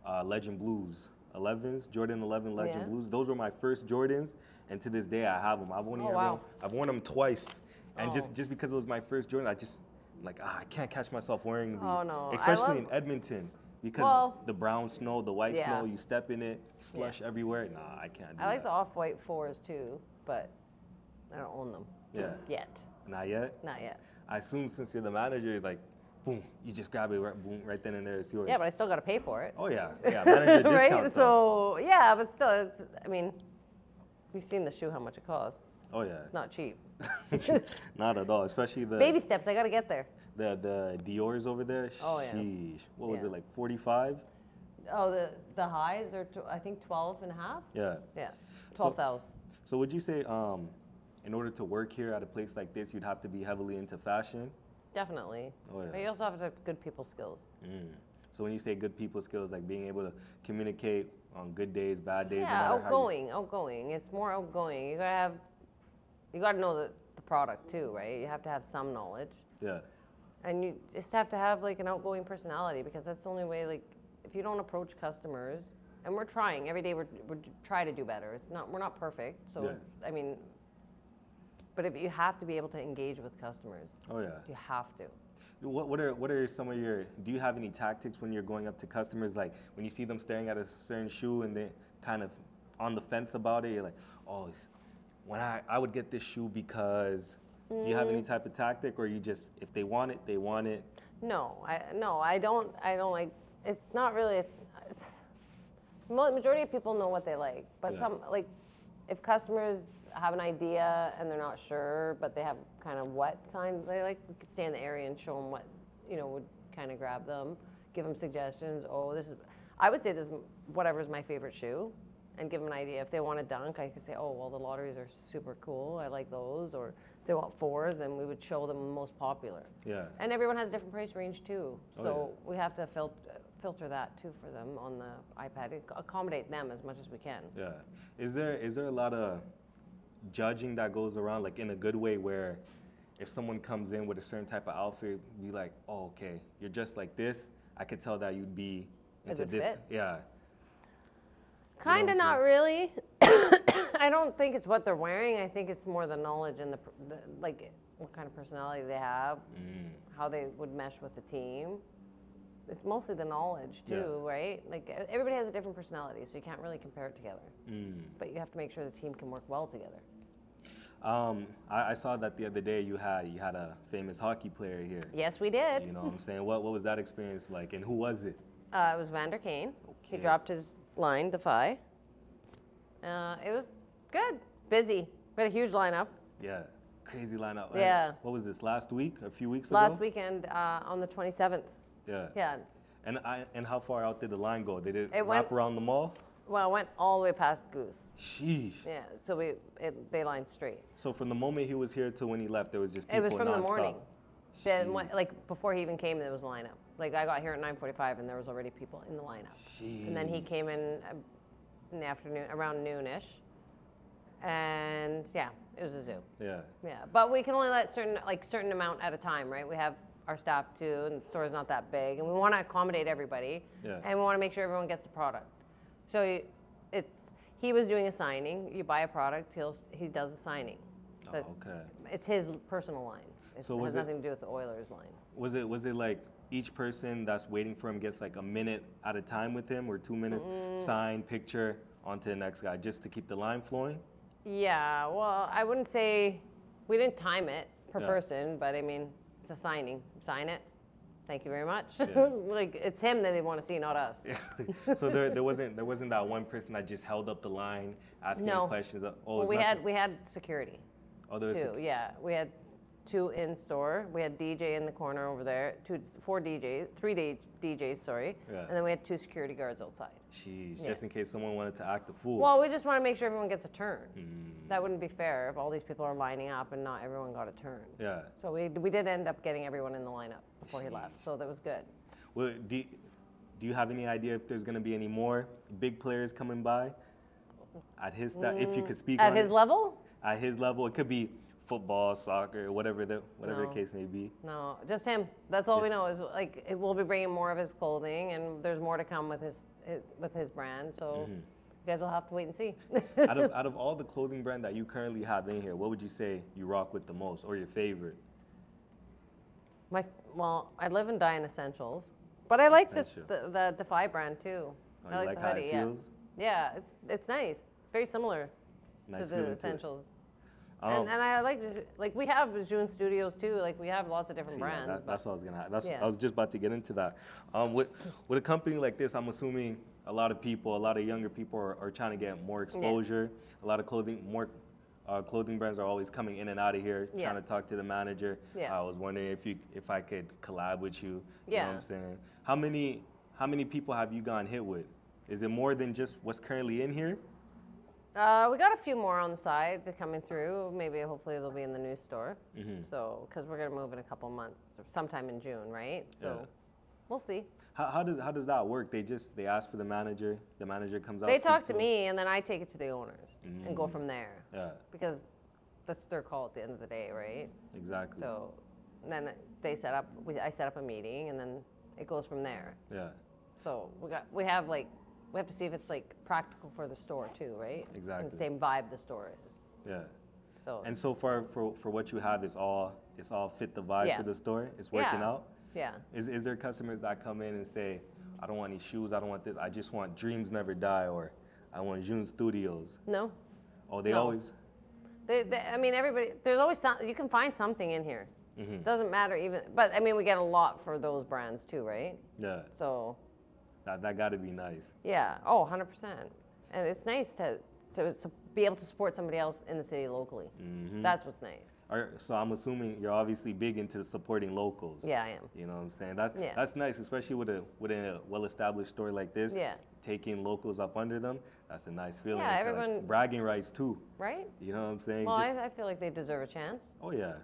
Speaker 1: uh, Legend Blues. 11s, Jordan 11 Legend
Speaker 2: Yeah.
Speaker 1: Blues. Those were my first Jordans, and to this day I have them. I've only
Speaker 2: Oh,
Speaker 1: ever,
Speaker 2: wow.
Speaker 1: I've worn them twice, and
Speaker 2: Oh.
Speaker 1: just just because it was my first Jordan, I just I'm like ah, I can't catch myself wearing these.
Speaker 2: Oh, no. I
Speaker 1: Especially
Speaker 2: love-
Speaker 1: in Edmonton, because
Speaker 2: Well-
Speaker 1: the brown snow, the white
Speaker 2: Yeah.
Speaker 1: snow, you step in it, slush everywhere. Nah, I can't. Do
Speaker 2: I like the
Speaker 1: that.
Speaker 2: off-white fours too, but I don't own them
Speaker 1: Yeah.
Speaker 2: yet.
Speaker 1: Not yet.
Speaker 2: Not yet.
Speaker 1: I assume since you're the manager, like, boom, you just grab it right, boom, right then and there, it's yours.
Speaker 2: Yeah, but I still got to pay for it.
Speaker 1: oh yeah, yeah, manager discount.
Speaker 2: right?
Speaker 1: though.
Speaker 2: So yeah, but still, it's, I mean, you've seen the shoe, how much it costs.
Speaker 1: Oh
Speaker 2: It's not cheap.
Speaker 1: yeah, not at all. Especially the
Speaker 2: Baby steps. I got to get there.
Speaker 1: the the Dior's over there.
Speaker 2: Oh, yeah.
Speaker 1: Sheesh. What was
Speaker 2: Yeah.
Speaker 1: it like, 45?
Speaker 2: Oh, the the highs are tw- I think 12 and a half.
Speaker 1: Yeah.
Speaker 2: Yeah, twelve thousand.
Speaker 1: So would you say, um, in order to work here at a place like this, you'd have to be heavily into fashion?
Speaker 2: Definitely.
Speaker 1: Oh, yeah.
Speaker 2: But you also have to have good people skills.
Speaker 1: Mm. So when you say good people skills, like being able to communicate on good days, bad days, no
Speaker 2: yeah,
Speaker 1: matter how you-
Speaker 2: outgoing, outgoing. It's more outgoing. You gotta have, you gotta know the, the product too, right? You have to have some knowledge.
Speaker 1: yeah.
Speaker 2: and you just have to have like an outgoing personality because that's the only way like if you don't approach customers and we're trying every day we're, we're try to do better it's not we're not perfect so
Speaker 1: Yeah.
Speaker 2: i mean but if you have to be able to engage with customers
Speaker 1: Oh yeah.
Speaker 2: you have to
Speaker 1: What, what are what are some of your? Do you have any tactics when you're going up to customers? Like when you see them staring at a certain shoe and they kind of on the fence about it, you're like, oh, it's- when I I would get this shoe because. Do you have any type of tactic, or you just if they want it, they want it?
Speaker 2: no i no i don't i don't like it's not really a, it's, mo- majority of people know what they like but
Speaker 1: Yeah.
Speaker 2: some like if customers have an idea and they're not sure but they have kind of what kind they like we could stay in the area and show them what you know would kind of grab them give them suggestions oh this is i would say this is m- whatever's my favorite shoe and give them an idea if they want a dunk i could say oh well the lotteries are super cool i like those or if they want fours then we would show them the most popular
Speaker 1: Yeah.
Speaker 2: and everyone has a different price range too,
Speaker 1: Oh,
Speaker 2: so we have to filter filter that too for them on the iPad. Ac- Accommodate them as much as we can.
Speaker 1: Yeah. Is there is there a lot of judging that goes around, like in a good way, where if someone comes in with a certain type of outfit, be like, oh, okay, you're dressed like this. I could tell that you'd be
Speaker 2: A
Speaker 1: into
Speaker 2: good
Speaker 1: this.
Speaker 2: fit.
Speaker 1: Yeah.
Speaker 2: Kind
Speaker 1: what
Speaker 2: of
Speaker 1: I'm
Speaker 2: not
Speaker 1: saying?
Speaker 2: really. I don't think it's what they're wearing. I think it's more the knowledge and the, per- the like what kind of personality they have,
Speaker 1: Mm.
Speaker 2: how they would mesh with the team. It's mostly the knowledge too,
Speaker 1: Yeah.
Speaker 2: right? Like e- everybody has a different personality, so you can't really compare it together.
Speaker 1: Mm.
Speaker 2: But you have to make sure the team can work well together.
Speaker 1: Um, I, I saw that the other day. You had you had a famous hockey player here.
Speaker 2: Yes, we did.
Speaker 1: You know what I'm saying? What what was that experience like and who was it?
Speaker 2: Uh, it was Vander Kane. He
Speaker 1: Okay.
Speaker 2: dropped his line, Defy. Uh, it was good, busy. We had a huge lineup.
Speaker 1: Yeah. Crazy lineup. right?
Speaker 2: Yeah.
Speaker 1: What was this last week? A few weeks ago?
Speaker 2: Last weekend uh, on the 27th.
Speaker 1: Yeah.
Speaker 2: Yeah.
Speaker 1: And I and how far out did the line go? Did it,
Speaker 2: It
Speaker 1: wrap
Speaker 2: went-
Speaker 1: around the mall?
Speaker 2: Well, it went all the way past Goose.
Speaker 1: Sheesh.
Speaker 2: Yeah. So we it, they lined straight.
Speaker 1: So from the moment he was here to when he left, there was just people
Speaker 2: it was from the
Speaker 1: nonstop.
Speaker 2: morning. Then
Speaker 1: Jeez.
Speaker 2: when, like before he even came, there was a lineup. Like I got here at 9:45 and there was already people in the lineup. And then he
Speaker 1: Jeez.
Speaker 2: came in uh, in the afternoon around noonish. And yeah, it was a zoo.
Speaker 1: Yeah.
Speaker 2: Yeah, but we can only let certain like certain amount at a time, right? We have our staff too, and the store's not that big, and we want to accommodate everybody,
Speaker 1: Yeah.
Speaker 2: and we want to make sure everyone gets the product. So y- it's he was doing a signing. You buy a product, he'll he does a signing.
Speaker 1: Oh,
Speaker 2: That's-
Speaker 1: okay.
Speaker 2: It's his personal line. It's-
Speaker 1: So
Speaker 2: it
Speaker 1: was
Speaker 2: has
Speaker 1: it-
Speaker 2: nothing to do with the Oilers line.
Speaker 1: Was it was it like each person that's waiting for him gets like a minute at a time with him or two minutes?
Speaker 2: Mm.
Speaker 1: Sign, picture, on to the next guy, just to keep the line flowing?
Speaker 2: Yeah, well, I wouldn't say we didn't time it per
Speaker 1: Yeah.
Speaker 2: person, but I mean, it's a signing. Sign it. Thank you very much.
Speaker 1: Yeah.
Speaker 2: like it's him that they want to see, not us.
Speaker 1: so there, there wasn't there wasn't that one person that just held up the line asking
Speaker 2: No.
Speaker 1: questions. Oh,
Speaker 2: well,
Speaker 1: it's
Speaker 2: we
Speaker 1: not-
Speaker 2: had we had security.
Speaker 1: oh, there was
Speaker 2: Two,
Speaker 1: sec-
Speaker 2: yeah. We had two in store. We had DJ in the corner over there. Two, four DJs, three D- DJs, sorry.
Speaker 1: Yeah.
Speaker 2: And then we had two security guards outside.
Speaker 1: Jeez,
Speaker 2: Yeah.
Speaker 1: just in case someone wanted to act a fool.
Speaker 2: Well, we just want to make sure everyone gets a turn.
Speaker 1: Mm.
Speaker 2: That wouldn't be fair if all these people are lining up and not everyone got a turn.
Speaker 1: yeah.
Speaker 2: So we, we did end up getting everyone in the lineup before he left. So that was good.
Speaker 1: Well, do, y- do you have any idea if there's going to be any more big players coming by at his sta- if you could speak
Speaker 2: Mm, At
Speaker 1: on
Speaker 2: his
Speaker 1: it?
Speaker 2: level?
Speaker 1: at his level? It could be football, soccer, whatever the whatever
Speaker 2: No.
Speaker 1: the case may be.
Speaker 2: No, just him. That's all we
Speaker 1: Just-
Speaker 2: know is like it, we'll be bringing more of his clothing, and there's more to come with his, his with his brand. So
Speaker 1: Mm-hmm.
Speaker 2: you guys will have to wait and see.
Speaker 1: out of out of all the clothing brand that you currently have in here, what would you say you rock with the most or your favorite?
Speaker 2: My well, I live and die in essentials, but I like the,
Speaker 1: Essential.
Speaker 2: the the Defy brand too.
Speaker 1: Oh,
Speaker 2: I
Speaker 1: you
Speaker 2: like,
Speaker 1: like
Speaker 2: the
Speaker 1: how it
Speaker 2: hoodie.
Speaker 1: feels?
Speaker 2: Yeah, yeah, it's it's nice. Very similar
Speaker 1: Nice
Speaker 2: to
Speaker 1: feeling
Speaker 2: the
Speaker 1: to it.
Speaker 2: essentials.
Speaker 1: Um,
Speaker 2: and, and I like to- like we have June Studios too. Like we have lots of
Speaker 1: See,
Speaker 2: different
Speaker 1: yeah,
Speaker 2: brands.
Speaker 1: that-
Speaker 2: but-
Speaker 1: that's what I was gonna. That's
Speaker 2: Yeah.
Speaker 1: I was just about to get into that. Um, with with a company like this, I'm assuming a lot of people, a lot of younger people are, are trying to get more exposure. A lot of clothing, more uh, clothing brands are always coming in and out of here,
Speaker 2: Yeah.
Speaker 1: trying to talk to the manager.
Speaker 2: Yeah.
Speaker 1: I was wondering if you if I could collab with you. You know
Speaker 2: Yeah.
Speaker 1: what I'm saying? How many how many people have you gone hit with? Is it more than just what's currently in here?
Speaker 2: Uh, we got a few more on the side to coming through. Maybe hopefully they'll be in the new store.
Speaker 1: Mm-hmm.
Speaker 2: So because we're gonna move in a couple months, or sometime in June, right? So
Speaker 1: Yeah.
Speaker 2: we'll see.
Speaker 1: How, how does how does that work? They just they ask for the manager. The manager comes out.
Speaker 2: they
Speaker 1: speak
Speaker 2: talk to
Speaker 1: them?
Speaker 2: me, and then I take it to the owners and
Speaker 1: Mm.
Speaker 2: go from there
Speaker 1: Yeah,
Speaker 2: because that's their call at the end of the day, right?
Speaker 1: exactly.
Speaker 2: So then they set up. We, I set up a meeting, and then it goes from there.
Speaker 1: Yeah,
Speaker 2: So we got we have like we have to see if it's like practical for the store too, right? And
Speaker 1: Exactly.
Speaker 2: the same vibe the store is.
Speaker 1: yeah.
Speaker 2: So
Speaker 1: And so far, for, for what you have, it's all it's all fit the vibe
Speaker 2: Yeah.
Speaker 1: for the store. It's working
Speaker 2: Yeah.
Speaker 1: out.
Speaker 2: yeah.
Speaker 1: Is, is there customers that come in and say, I don't want any shoes, I don't want this, I just want Dreams Never Die, or I want June Studios?
Speaker 2: No,
Speaker 1: Oh, they
Speaker 2: No.
Speaker 1: always.
Speaker 2: They, they, I mean, everybody. There's always some. You can find something in here.
Speaker 1: Mm-hmm.
Speaker 2: Doesn't matter even. But I mean, we get a lot for those brands too, right?
Speaker 1: Yeah,
Speaker 2: So
Speaker 1: that, that got to be nice.
Speaker 2: yeah. Oh, 100 percent. And it's nice to to su- be able to support somebody else in the city locally.
Speaker 1: Mm-hmm.
Speaker 2: That's what's nice.
Speaker 1: Or, so I'm assuming you're obviously big into supporting locals.
Speaker 2: Yeah, I am.
Speaker 1: You know what I'm saying? That's
Speaker 2: Yeah.
Speaker 1: that's nice, especially with a with a well-established store like this.
Speaker 2: Yeah.
Speaker 1: Taking locals up under them, that's a nice feeling.
Speaker 2: Yeah,
Speaker 1: It's like
Speaker 2: everyone-
Speaker 1: bragging rights too.
Speaker 2: Right?
Speaker 1: You know what I'm saying?
Speaker 2: Well,
Speaker 1: Just-
Speaker 2: I, I feel like they deserve a chance.
Speaker 1: Oh yeah,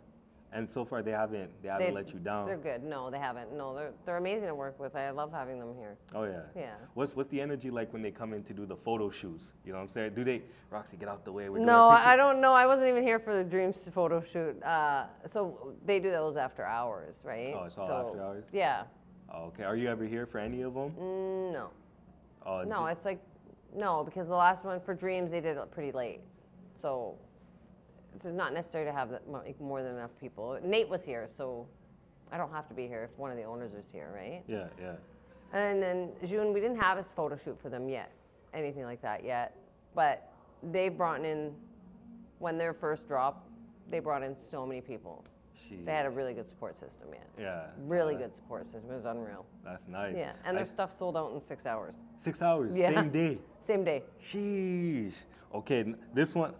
Speaker 1: And so far, they haven't they haven't
Speaker 2: They've-
Speaker 1: let you down.
Speaker 2: They're good. No, they haven't. No, they're, they're amazing to work with. I love having them here.
Speaker 1: Oh yeah.
Speaker 2: Yeah.
Speaker 1: What's what's the energy like when they come in to do the photo shoots? You know what I'm saying? Do they Roxy get out the way? We're doing a
Speaker 2: No,
Speaker 1: picture-
Speaker 2: I I don't know. I wasn't even here for the dreams photo shoot. Uh, so they do those after hours, right?
Speaker 1: Oh, it's all
Speaker 2: So-
Speaker 1: after hours?
Speaker 2: Yeah.
Speaker 1: Oh, okay. Are you ever here for any of them?
Speaker 2: Mm, No.
Speaker 1: Oh, it's
Speaker 2: No,
Speaker 1: ju-
Speaker 2: it's like no, because the last one for dreams they did it pretty late, so it's not necessary to have that mo- like, more than enough people. Nate was here, so I don't have to be here if one of the owners is here, right?
Speaker 1: yeah, yeah.
Speaker 2: And then June, we didn't have a photo shoot for them yet, anything like that yet. But they brought in, when their first drop, they brought in so many people.
Speaker 1: She.
Speaker 2: They had a really good support system, yeah.
Speaker 1: yeah.
Speaker 2: Really
Speaker 1: uh,
Speaker 2: good support system. It was unreal.
Speaker 1: That's nice.
Speaker 2: Yeah, and
Speaker 1: I-
Speaker 2: their stuff sold out in six hours.
Speaker 1: six hours,
Speaker 2: Yeah.
Speaker 1: same day.
Speaker 2: Same day.
Speaker 1: Sheesh. Okay, n- this one,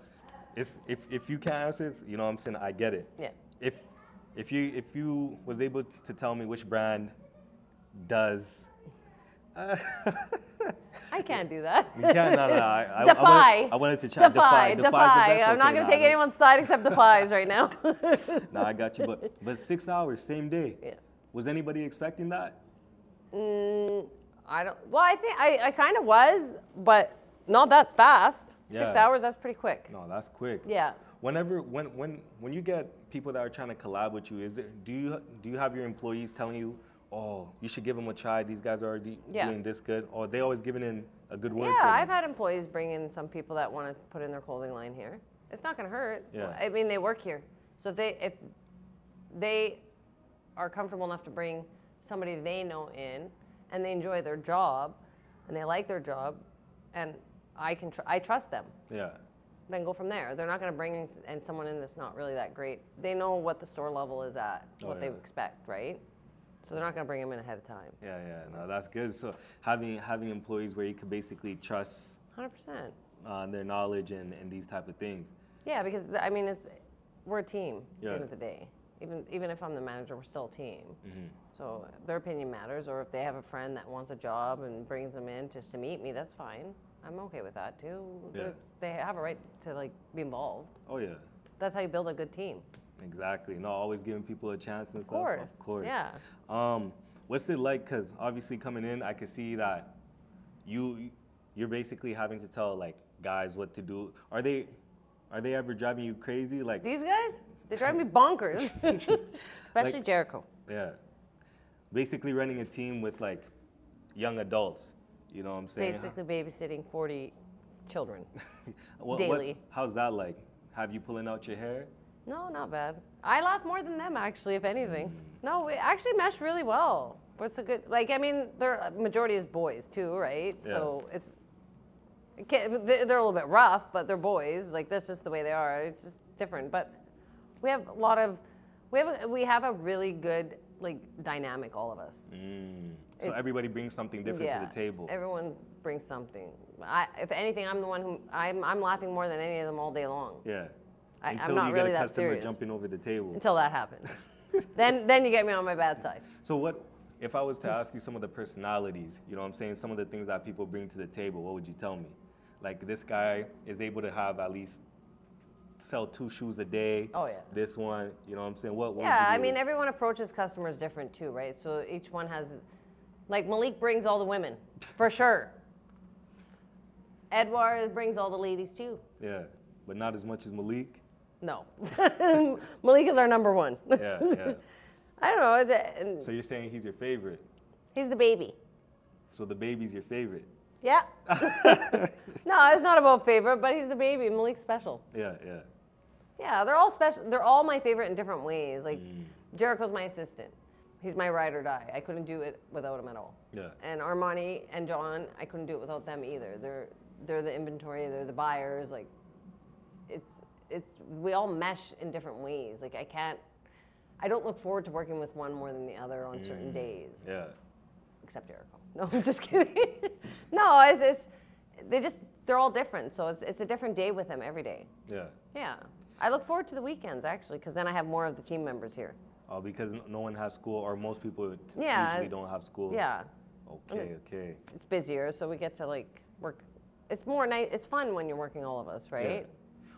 Speaker 1: is if if you can't answer, it, you know what I'm saying. I get it.
Speaker 2: Yeah.
Speaker 1: If if you if you was able to tell me which brand does. Uh,
Speaker 2: I can't do that.
Speaker 1: you can't, no, no, no. I, I- I, wanted-
Speaker 2: defy.
Speaker 1: I wanted to try. Defy.
Speaker 2: Defy.
Speaker 1: Defy's the best. Okay,
Speaker 2: I'm not going
Speaker 1: nah,
Speaker 2: to take
Speaker 1: I don't-
Speaker 2: anyone's side except Defy's right now.
Speaker 1: No, I got you. But but six hours, same day.
Speaker 2: Yeah.
Speaker 1: Was anybody expecting that?
Speaker 2: Mm, I don't. Well, I think I, I kind of was, but not that fast. Six
Speaker 1: Yeah.
Speaker 2: hours. That's pretty quick.
Speaker 1: No, that's quick.
Speaker 2: Yeah.
Speaker 1: Whenever when when when you get people that are trying to collab with you, is it do you do you have your employees telling you, oh, you should give them a try. These guys are already
Speaker 2: Yeah.
Speaker 1: doing this good, or they always giving in a good word.
Speaker 2: Yeah,
Speaker 1: for
Speaker 2: I've
Speaker 1: you?
Speaker 2: had employees bring in some people that want to put in their clothing line here. It's not going to hurt.
Speaker 1: Yeah.
Speaker 2: I mean, they work here, so if they if they are comfortable enough to bring somebody they know in, and they enjoy their job, and they like their job, and I can tr- I trust them.
Speaker 1: yeah,
Speaker 2: Then go from there. They're not going to bring in and someone in that's not really that great. They know what the store level is at,
Speaker 1: Oh,
Speaker 2: what they
Speaker 1: yeah.
Speaker 2: expect, right? So they're not going to bring them in ahead of time.
Speaker 1: yeah, yeah. No, that's good. So having having employees where you can basically trust
Speaker 2: Hundred percent.
Speaker 1: uh, their knowledge and, and these type of things.
Speaker 2: Yeah, because th- I mean, it's we're a team at the
Speaker 1: Yeah. Mm-hmm.
Speaker 2: end of the day. Even even if I'm the manager, we're still a team. So their opinion matters. Or if they have a friend that wants a job and brings them in just to meet me, that's fine. I'm okay with that too.
Speaker 1: Yeah.
Speaker 2: They're- They have a right to like be involved.
Speaker 1: Oh yeah,
Speaker 2: That's how you build a good team.
Speaker 1: exactly. No, always giving people a chance and
Speaker 2: Of
Speaker 1: stuff.
Speaker 2: course.
Speaker 1: Of course.
Speaker 2: Yeah.
Speaker 1: Um, what's it like? Because obviously coming in, I could see that you you're basically having to tell like guys what to do. Are they are they ever driving you crazy? Like
Speaker 2: These guys, they drive me bonkers. Especially Jericho.
Speaker 1: yeah, basically running a team with like young adults. You know what I'm saying?
Speaker 2: Basically babysitting 40 children.
Speaker 1: What- what's-
Speaker 2: daily.
Speaker 1: how's that like? Have you pulling out your hair?
Speaker 2: No, not bad. I laugh more than them, actually, if anything. No, we actually mesh really well. What's a good, like, I mean, their majority is boys, too, right?
Speaker 1: Yeah.
Speaker 2: So it's, it can't- they- they're a little bit rough, but they're boys. Like, that's just the way they are. It's just different. But we have a lot of, we have a, we have a really good, like, dynamic, all of us.
Speaker 1: Mm. So
Speaker 2: It-
Speaker 1: everybody brings something different to the table.
Speaker 2: Everyone brings something. I, if anything, I'm the one who, I'm, I'm laughing more than any of them all day long.
Speaker 1: yeah.
Speaker 2: I- I'm
Speaker 1: Until
Speaker 2: not
Speaker 1: you
Speaker 2: really
Speaker 1: get a
Speaker 2: that
Speaker 1: customer
Speaker 2: serious.
Speaker 1: jumping over the table.
Speaker 2: until that happens. then then you get me on my bad side.
Speaker 1: So what if I was
Speaker 2: Hmm.
Speaker 1: to ask you some of the personalities, you know what I'm saying, some of the things that people bring to the table, what would you tell me? Like this guy is able to have at least sell two shoes a day.
Speaker 2: Oh, yeah.
Speaker 1: This one, you know what I'm saying? What, what
Speaker 2: Yeah, I
Speaker 1: would you
Speaker 2: mean
Speaker 1: do?
Speaker 2: everyone approaches customers different too, right? So each one has like Malik brings all the women, for sure. Edward brings all the ladies too.
Speaker 1: Yeah. But not as much as Malik.
Speaker 2: No. Malik is our number one.
Speaker 1: Yeah, yeah.
Speaker 2: I don't know. the- and
Speaker 1: so you're saying he's your favorite.
Speaker 2: He's the baby.
Speaker 1: So the baby's your favorite.
Speaker 2: Yeah. no, it's not about favorite, but he's the baby. Malik's special.
Speaker 1: Yeah, yeah.
Speaker 2: Yeah, they're all special. They're all my favorite in different ways. Like Jericho's my assistant. He's my ride or die. I couldn't do it without him at all.
Speaker 1: Yeah.
Speaker 2: And Armani and John, I couldn't do it without them either. They're they're the inventory. They're the buyers. Like, it's it's we all mesh in different ways. Like I can't. I don't look forward to working with one more than the other on certain days,
Speaker 1: Yeah.
Speaker 2: except Jericho. No, I'm just kidding. no, it's, it's they just they're all different. So it's it's a different day with them every day.
Speaker 1: Yeah.
Speaker 2: Yeah. I look forward to the weekends actually, because then I have more of the team members here.
Speaker 1: Uh, because n- no one has school, or most people t-
Speaker 2: Yeah,
Speaker 1: usually
Speaker 2: I-
Speaker 1: don't have school.
Speaker 2: Yeah.
Speaker 1: Okay, okay.
Speaker 2: It's busier, so we get to like work. It's more nice. It's fun when you're working all of us,
Speaker 1: Yeah.
Speaker 2: right?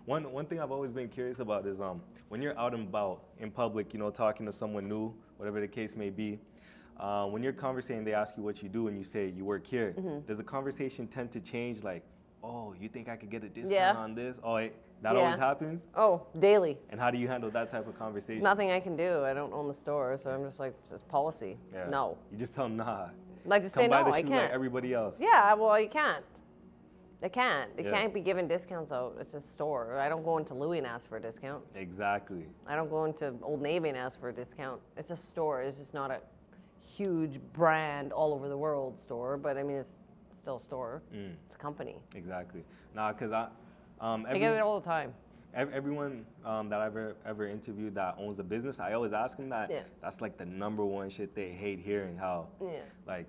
Speaker 1: One one thing I've always been curious about is um when you're out and about in public, you know, talking to someone new, whatever the case may be. Uh, when you're conversating, they ask you what you do, and you say you work here.
Speaker 2: Mm-hmm.
Speaker 1: Does the conversation tend to change? Like, oh, you think I could get a discount
Speaker 2: Yeah.
Speaker 1: on this? Oh, it, that
Speaker 2: Yeah.
Speaker 1: always happens.
Speaker 2: Oh, daily.
Speaker 1: And how do you handle that type of conversation?
Speaker 2: Nothing I can do. I don't own the store, so I'm just like, it's policy.
Speaker 1: Yeah.
Speaker 2: No.
Speaker 1: You just tell them nah.
Speaker 2: Like, just
Speaker 1: Come
Speaker 2: say no,
Speaker 1: buy the
Speaker 2: I
Speaker 1: shoe
Speaker 2: can't.
Speaker 1: like everybody else.
Speaker 2: Yeah, well, you can't. They can't. They
Speaker 1: Yeah.
Speaker 2: can't be given discounts out. It's a store. I don't go into Louis and ask for a discount.
Speaker 1: Exactly.
Speaker 2: I don't go into Old Navy and ask for a discount. It's a store. It's just not a huge brand all over the world store, but I mean, it's still a store.
Speaker 1: Mm.
Speaker 2: It's a company.
Speaker 1: Exactly. Nah, cause I, um,
Speaker 2: I
Speaker 1: every,
Speaker 2: get it all the time.
Speaker 1: ev- everyone um, that I've ever, ever interviewed that owns a business, I always ask them that.
Speaker 2: Yeah.
Speaker 1: That's like the number one shit they hate hearing. How,
Speaker 2: Yeah.
Speaker 1: like,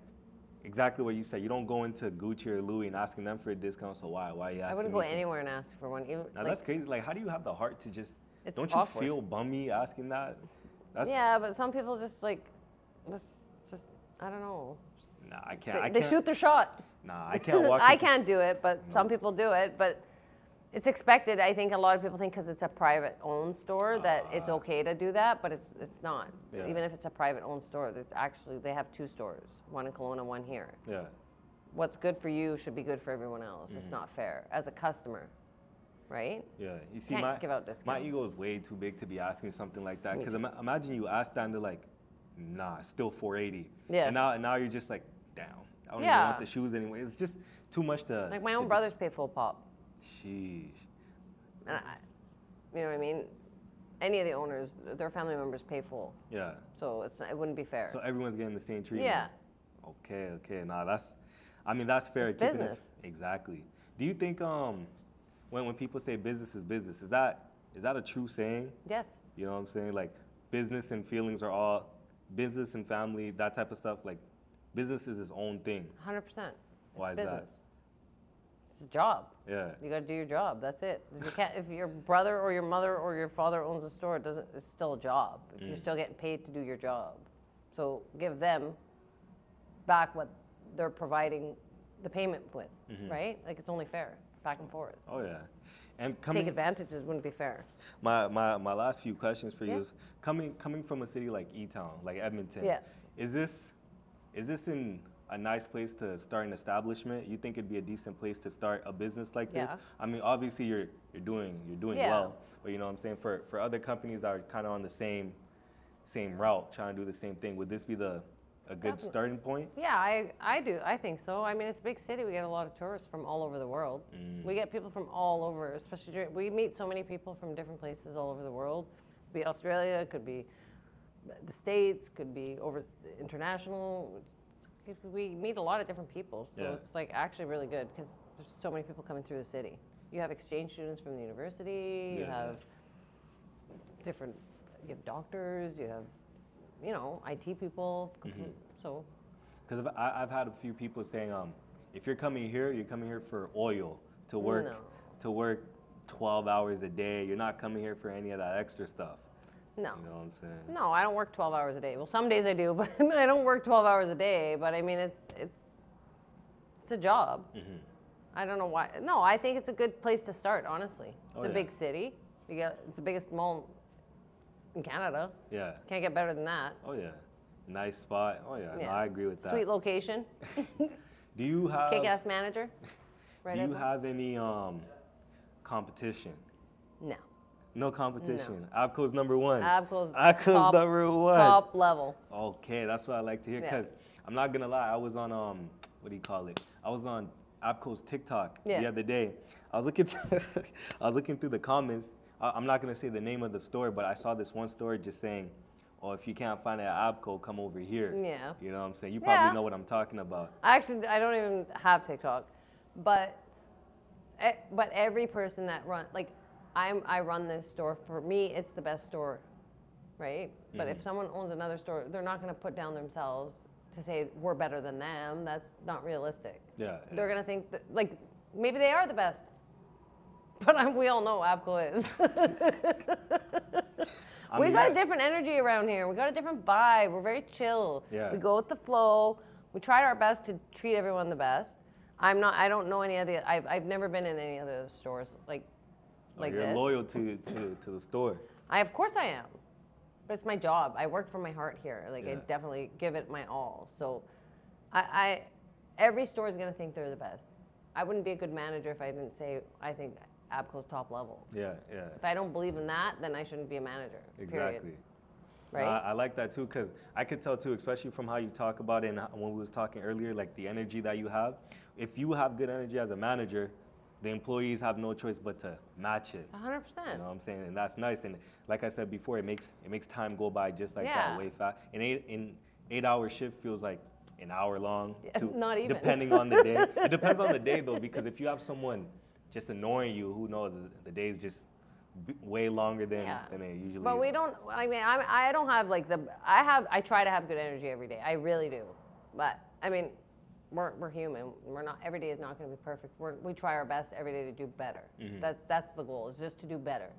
Speaker 1: exactly what you said. You don't go into Gucci or Louis and asking them for a discount. So why, why are you asking?
Speaker 2: I wouldn't
Speaker 1: me
Speaker 2: go
Speaker 1: for-
Speaker 2: anywhere and ask for one. Even,
Speaker 1: Now
Speaker 2: like,
Speaker 1: that's crazy. Like, how do you have the heart to just?
Speaker 2: It's
Speaker 1: don't
Speaker 2: awkward.
Speaker 1: you feel bummy asking that? That's
Speaker 2: yeah, but some people just like, just, just I don't know.
Speaker 1: nah. I can't. I
Speaker 2: They, they
Speaker 1: can't-
Speaker 2: shoot their shot.
Speaker 1: Nah, I can't walk.
Speaker 2: I
Speaker 1: into-
Speaker 2: can't do it, but some people do it. But it's expected. I think a lot of people think because it's a private-owned store that it's okay to do that, but it's it's not.
Speaker 1: Ah. Yeah.
Speaker 2: Even if it's a private-owned store, that actually they have two stores, one in Kelowna, one here.
Speaker 1: Yeah.
Speaker 2: What's good for you should be good for everyone else.
Speaker 1: Mm-hmm.
Speaker 2: It's not fair as a customer, right?
Speaker 1: Yeah, you see,
Speaker 2: Can't
Speaker 1: my
Speaker 2: give out
Speaker 1: my
Speaker 2: discounts.
Speaker 1: ego is way too big to be asking something like that.
Speaker 2: Me
Speaker 1: Because imagine you ask down to like, nah, still 480.
Speaker 2: Yeah.
Speaker 1: And now and now you're just like, down. I don't even want
Speaker 2: Yeah.
Speaker 1: the shoes anymore. It's just too much to.
Speaker 2: Like my
Speaker 1: to
Speaker 2: own
Speaker 1: do.
Speaker 2: brothers pay full pop.
Speaker 1: Sheesh.
Speaker 2: And I, you know what I mean? Any of the owners, their family members pay full,
Speaker 1: Yeah.
Speaker 2: so it's it wouldn't be fair.
Speaker 1: So everyone's getting the same treatment.
Speaker 2: yeah.
Speaker 1: Okay. Okay. Nah, that's. I mean, that's fair.
Speaker 2: It's
Speaker 1: keeping it-
Speaker 2: business.
Speaker 1: exactly. Do you think um, when when people say business is business, is that is that a true saying?
Speaker 2: Yes.
Speaker 1: You know what I'm saying? Like business and feelings are all business and family, that type of stuff. Like business is its own thing.
Speaker 2: Hundred percent.
Speaker 1: Why is that?
Speaker 2: business. It's a job.
Speaker 1: Yeah.
Speaker 2: You got to do your job. That's it. If, you can't, if your brother or your mother or your father owns a store, it doesn't. It's still a job. If
Speaker 1: Mm.
Speaker 2: You're still getting paid to do your job. So give them back what they're providing the payment with,
Speaker 1: Mm-hmm.
Speaker 2: right? Like it's only fair, back and forth.
Speaker 1: Oh yeah. And
Speaker 2: Take
Speaker 1: coming
Speaker 2: advantages wouldn't be fair.
Speaker 1: my, my my last few questions for you
Speaker 2: Yeah.
Speaker 1: is coming coming from a city like E Town, like Edmonton.
Speaker 2: Yeah.
Speaker 1: Is this is this in a nice place to start an establishment? You think it'd be a decent place to start a business like this?
Speaker 2: Yeah.
Speaker 1: I mean, obviously you're you're doing you're doing
Speaker 2: Yeah.
Speaker 1: well, but you know what I'm saying for for other companies that are kind of on the same same route, trying to do the same thing. Would this be the a good
Speaker 2: Definitely.
Speaker 1: starting point?
Speaker 2: Yeah, I, I do. I think so. I mean, it's a big city. We get a lot of tourists from all over the world.
Speaker 1: Mm.
Speaker 2: We get people from all over, especially during, we meet so many people from different places all over the world. Could be Australia, could be the States, could be over international. We meet a lot of different people. So
Speaker 1: Yeah.
Speaker 2: it's like actually really good because there's so many people coming through the city. You have exchange students from the university, you
Speaker 1: Yeah.
Speaker 2: have different, you have doctors, you have, you know, IT people.
Speaker 1: Mm-hmm.
Speaker 2: So
Speaker 1: Because I, I've had a few people saying, um, if you're coming here, you're coming here for oil to work,
Speaker 2: No.
Speaker 1: to work 12 hours a day. You're not coming here for any of that extra stuff. You
Speaker 2: no.
Speaker 1: know what I'm saying?
Speaker 2: No, I don't work 12 hours a day. Well, some days I do, but I don't work 12 hours a day. But I mean, it's it's it's a job.
Speaker 1: Mm-hmm.
Speaker 2: I don't know why. No, I think it's a good place to start. Honestly, it's
Speaker 1: Oh,
Speaker 2: a
Speaker 1: yeah.
Speaker 2: big city. You got it's the biggest mall in Canada.
Speaker 1: Yeah.
Speaker 2: Can't get better than that.
Speaker 1: Oh yeah. Nice spot. Oh yeah. No,
Speaker 2: Yeah.
Speaker 1: I agree with that.
Speaker 2: Sweet location,
Speaker 1: Do you have?
Speaker 2: kick-ass manager. Right?
Speaker 1: do you
Speaker 2: Edwin?
Speaker 1: have any um, competition?
Speaker 2: no.
Speaker 1: No competition. Abco's number one.
Speaker 2: Abco's
Speaker 1: Abco's
Speaker 2: top-
Speaker 1: number one.
Speaker 2: Top level.
Speaker 1: Okay, that's what I like to hear.
Speaker 2: Yeah.
Speaker 1: Cause I'm not gonna lie, I was on um, what do you call it? I was on Abco's TikTok the
Speaker 2: Yeah.
Speaker 1: other day. I was looking, I was looking through the comments. I, I'm not gonna say the name of the store, but I saw this one store just saying, "Oh, if you can't find it at Abco, come over here."
Speaker 2: Yeah.
Speaker 1: You know what I'm saying? You probably
Speaker 2: Yeah.
Speaker 1: know what I'm talking about.
Speaker 2: I actually I don't even have TikTok, but e- but every person that run like I'm I run this store for me it's the best store, right? But if someone owns another store, they're not going to put down themselves to say we're better than them. That's not realistic.
Speaker 1: Yeah. yeah.
Speaker 2: They're going to think that, like maybe they are the best. But i we all know Abco is.
Speaker 1: I
Speaker 2: we
Speaker 1: mean,
Speaker 2: got a
Speaker 1: yeah.
Speaker 2: different energy around here. We got a different vibe. We're very chill.
Speaker 1: Yeah.
Speaker 2: We go with the flow. We tried our best to treat everyone the best. I'm not. I don't know any other. I've I've never been in any other stores like like
Speaker 1: Oh, You're
Speaker 2: this.
Speaker 1: loyal to, to, to the store.
Speaker 2: I of course I am, but it's my job. I work from my heart here. Like I
Speaker 1: Yeah.
Speaker 2: definitely give it my all. So, I, I every store is gonna think they're the best. I wouldn't be a good manager if I didn't say I think Abco's top level.
Speaker 1: Yeah, yeah.
Speaker 2: If I don't believe in that, then I shouldn't be a manager.
Speaker 1: Exactly.
Speaker 2: Period.
Speaker 1: No,
Speaker 2: Right.
Speaker 1: I, I like that too because I could tell too, especially from how you talk about it and how- when we was talking earlier, like the energy that you have. If you have good energy as a manager, the employees have no choice but to match it.
Speaker 2: A hundred
Speaker 1: You
Speaker 2: percent.
Speaker 1: know what I'm saying? And that's nice. And like I said before, it makes it makes time go by just like
Speaker 2: Yeah.
Speaker 1: that way fast. An eight an eight hour shift feels like an hour long.
Speaker 2: Yeah, not even.
Speaker 1: Depending on the day. it depends on the day though, because if you have someone just annoying you, who knows the, the day's just b- way longer than
Speaker 2: Yeah.
Speaker 1: than it usually
Speaker 2: But
Speaker 1: is.
Speaker 2: we don't. I mean, I'm, I don't have like the. I have. I try to have good energy every day. I really do. But I mean, we're, we're human. We're not. Every day is not going to be perfect. We're, we try our best every day to do better.
Speaker 1: Mm-hmm.
Speaker 2: That that's the goal. Is just to do better.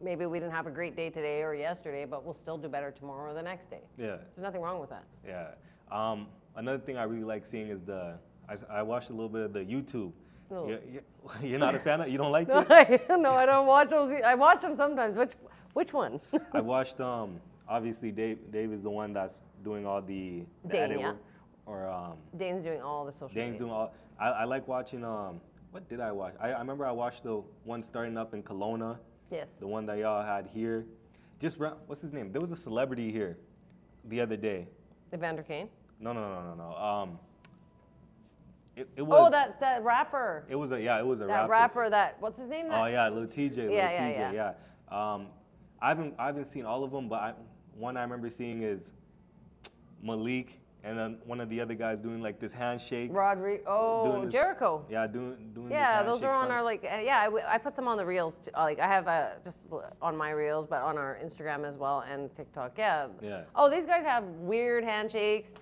Speaker 2: Maybe we didn't have a great day today or yesterday, but we'll still do better tomorrow or the next day.
Speaker 1: Yeah.
Speaker 2: There's nothing wrong with that.
Speaker 1: Yeah. Um, another thing I really like seeing is the I, s- I watched a little bit of the YouTube.
Speaker 2: Oh.
Speaker 1: You're, you're, you're not a fan of you don't like it?
Speaker 2: no, I don't watch those. e- I watch them sometimes. Which which one?
Speaker 1: I watched um obviously Dave Dave is the one that's doing all the, the
Speaker 2: Dane,
Speaker 1: edit
Speaker 2: yeah.
Speaker 1: work or um
Speaker 2: Dane's doing all the social.
Speaker 1: Dane's
Speaker 2: media.
Speaker 1: doing all I, I like watching um what did I watch? I, I remember I watched the one starting up in Kelowna,
Speaker 2: Yes.
Speaker 1: the one that y'all had here. Just ra- what's his name? There was a celebrity here the other day.
Speaker 2: Evander Kane.
Speaker 1: No no no no no. Um it, it was
Speaker 2: Oh, that that rapper.
Speaker 1: it was a yeah, it was a
Speaker 2: That
Speaker 1: rapper.
Speaker 2: rapper, that what's his name?
Speaker 1: Oh
Speaker 2: That
Speaker 1: yeah, Lil TJ, Lil
Speaker 2: Yeah, yeah,
Speaker 1: TJ, yeah. Um, I haven't I haven't seen all of them, but I, one I remember seeing is Malik and then one of the other guys doing like this handshake.
Speaker 2: Rodri. Oh,
Speaker 1: doing this-
Speaker 2: Jericho.
Speaker 1: Yeah, doing doing. this
Speaker 2: Yeah, those
Speaker 1: handshake
Speaker 2: are on
Speaker 1: front.
Speaker 2: our like. uh, Yeah, I, w- I put some on the reels. Too. Like I have uh, just on my reels, but on our Instagram as well and TikTok. Yeah.
Speaker 1: Yeah.
Speaker 2: Oh, these guys have weird handshakes.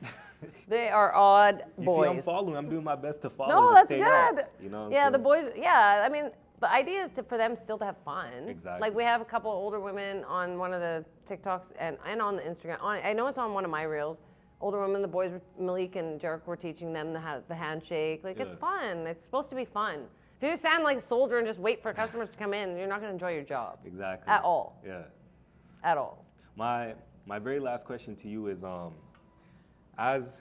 Speaker 2: they are odd
Speaker 1: You
Speaker 2: boys.
Speaker 1: see, I'm following. I'm doing my best to follow.
Speaker 2: no,
Speaker 1: to
Speaker 2: that's
Speaker 1: stay
Speaker 2: good.
Speaker 1: up, you know. what I'm
Speaker 2: yeah, the
Speaker 1: saying?
Speaker 2: boys. Yeah, I mean, the idea is to, for them still to have fun.
Speaker 1: Exactly.
Speaker 2: Like we have a couple older women on one of the TikToks and, and on the Instagram. On I know it's on one of my reels. Older women, the boys, were- Malik and Jericho were teaching them the, ha- the handshake. Like it's
Speaker 1: Yeah.
Speaker 2: fun. It's supposed to be fun. If you just stand like a soldier and just wait for customers to come in, you're not going to enjoy your job
Speaker 1: Exactly.
Speaker 2: at all.
Speaker 1: Yeah.
Speaker 2: at all.
Speaker 1: My my very last question to you is um, as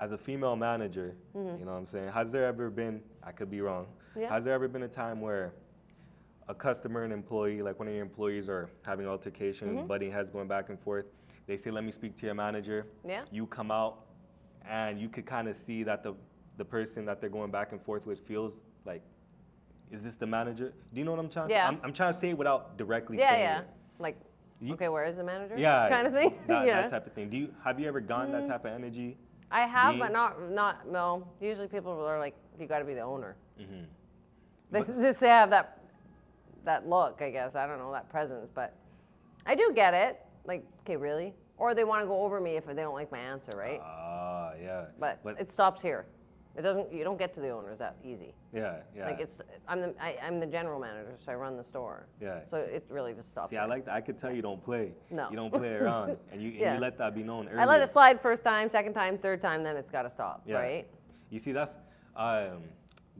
Speaker 1: as a female manager, you know what I'm saying? Has there ever been I could be wrong.
Speaker 2: Mm-hmm. Yeah.
Speaker 1: Has there ever been a time where a customer and employee, like one of your employees are having altercation,
Speaker 2: Mm-hmm.
Speaker 1: butting heads going back and forth. They say, Let me speak to your manager.
Speaker 2: Yeah.
Speaker 1: You come out and you could kind of see that the the person that they're going back and forth with feels like, is this the manager? Do you know what I'm trying to
Speaker 2: Yeah.
Speaker 1: say? I'm, I'm trying to say it without directly
Speaker 2: Yeah,
Speaker 1: saying
Speaker 2: yeah.
Speaker 1: it
Speaker 2: Like,
Speaker 1: You-
Speaker 2: okay, where is the manager?
Speaker 1: yeah
Speaker 2: kind of thing.
Speaker 1: that,
Speaker 2: yeah. Mm.
Speaker 1: that type of thing do you have you ever gotten that type of energy
Speaker 2: I have, but
Speaker 1: Being-
Speaker 2: not not no. Usually people are like, you got to be the owner.
Speaker 1: Mm-hmm.
Speaker 2: They, they say I have that that look, I guess. I don't know that presence, but I do get it. Like, okay, really? Or they want to go over me if they don't like my answer, right?
Speaker 1: ah yeah
Speaker 2: but, it stops here. It doesn't. You don't get to the owners that easy.
Speaker 1: yeah yeah
Speaker 2: Like it's I'm the I, I'm the general manager, so I run the store.
Speaker 1: Yeah.
Speaker 2: So it really just stops.
Speaker 1: see i
Speaker 2: there.
Speaker 1: like that i could tell you don't play
Speaker 2: No.
Speaker 1: you don't play around and you, and
Speaker 2: Yeah.
Speaker 1: you let that be known earlier.
Speaker 2: I let it slide first time, second time, third time, then it's got to stop,
Speaker 1: Yeah.
Speaker 2: right?
Speaker 1: you see that's um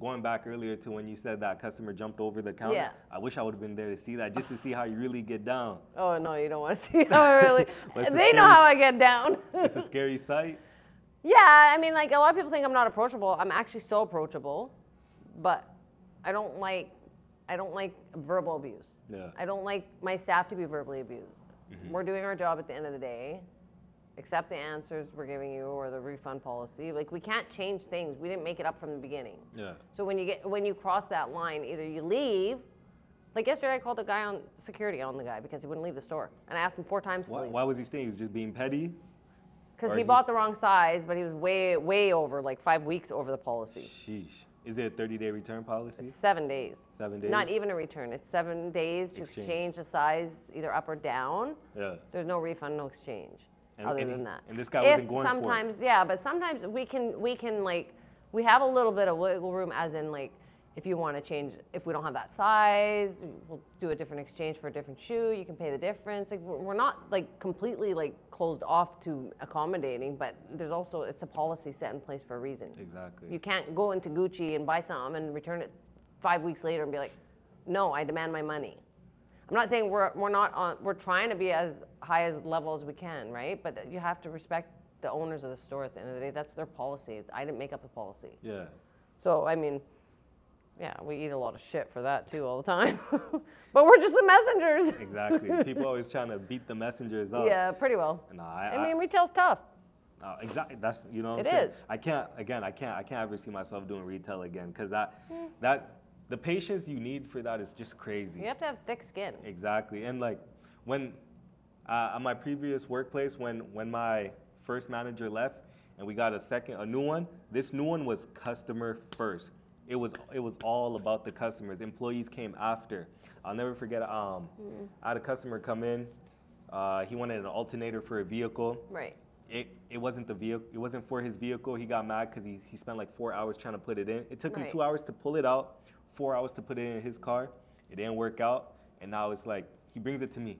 Speaker 1: Going back earlier to when you said that customer jumped over the counter,
Speaker 2: Yeah.
Speaker 1: I wish I would have been there to see that, just to see how you really get down.
Speaker 2: Oh no, you don't want to see how I really.
Speaker 1: Let's just
Speaker 2: they know
Speaker 1: finish.
Speaker 2: how I get down.
Speaker 1: It's a scary sight.
Speaker 2: yeah, I mean, like a lot of people think I'm not approachable. I'm actually so approachable, but I don't like I don't like verbal abuse.
Speaker 1: Yeah.
Speaker 2: I don't like my staff to be verbally abused. We're doing our job at the end of the day. Accept the answers we're giving you or the refund policy. Like we can't change things. We didn't make it up from the beginning.
Speaker 1: Yeah.
Speaker 2: So when you get when you cross that line, either you leave. Like yesterday, I called the guy on security on the guy because he wouldn't leave the store, and I asked him four times to
Speaker 1: Why,
Speaker 2: leave
Speaker 1: why was he staying? He was just being petty.
Speaker 2: because
Speaker 1: are
Speaker 2: he
Speaker 1: you-
Speaker 2: bought the wrong size, but he was way way over, like five weeks over the policy.
Speaker 1: Sheesh. Is it a 30-day return policy?
Speaker 2: Seven days.
Speaker 1: Seven days?
Speaker 2: Not even a return. It's seven days to
Speaker 1: Exchange.
Speaker 2: exchange the size either up or down.
Speaker 1: yeah.
Speaker 2: There's no refund, no exchange.
Speaker 1: And-
Speaker 2: other
Speaker 1: and
Speaker 2: than
Speaker 1: he-
Speaker 2: that.
Speaker 1: and this guy
Speaker 2: If
Speaker 1: wasn't going for it.
Speaker 2: sometimes, yeah, but sometimes we can we can like we have a little bit of wiggle room, as in like if you want to change, if we don't have that size, we'll do a different exchange for a different shoe. You can pay the difference. Like we're we're not like completely like closed off to accommodating, but there's also it's a policy set in place for a reason.
Speaker 1: Exactly.
Speaker 2: You can't go into Gucci and buy something and return it five weeks later and be like, no, I demand my money. I'm not saying we're, we're not on, we're trying to be as high as level as we can, right? But you have to respect the owners of the store at the end of the day. That's their policy. I didn't make up the policy.
Speaker 1: Yeah.
Speaker 2: So I mean, yeah, we eat a lot of shit for that too all the time. but we're just the messengers.
Speaker 1: Exactly. People always trying to beat the messengers up.
Speaker 2: Yeah, pretty well.
Speaker 1: Nah,
Speaker 2: I,
Speaker 1: I,
Speaker 2: mean, retail's tough.
Speaker 1: Uh, exactly. That's you know. What
Speaker 2: It
Speaker 1: I'm saying?
Speaker 2: is.
Speaker 1: I can't again. I can't. I can't ever see myself doing retail again because that,
Speaker 2: Hmm.
Speaker 1: that, the patience you need for that is just crazy.
Speaker 2: You have to have thick skin.
Speaker 1: Exactly. And like when uh, at my previous workplace, when when my first manager left and we got a second, a new one. This new one was customer first. It was it was all about the customers. Employees came after. I'll never forget. Um, I had a customer come in. Uh, he wanted an alternator for a vehicle
Speaker 2: Right.
Speaker 1: it, it wasn't the vehicle it wasn't for his vehicle he got mad because he, he spent like four hours trying to put it in it took him
Speaker 2: Right.
Speaker 1: two hours to pull it out four hours to put it in his car it didn't work out and now it's like he brings it to me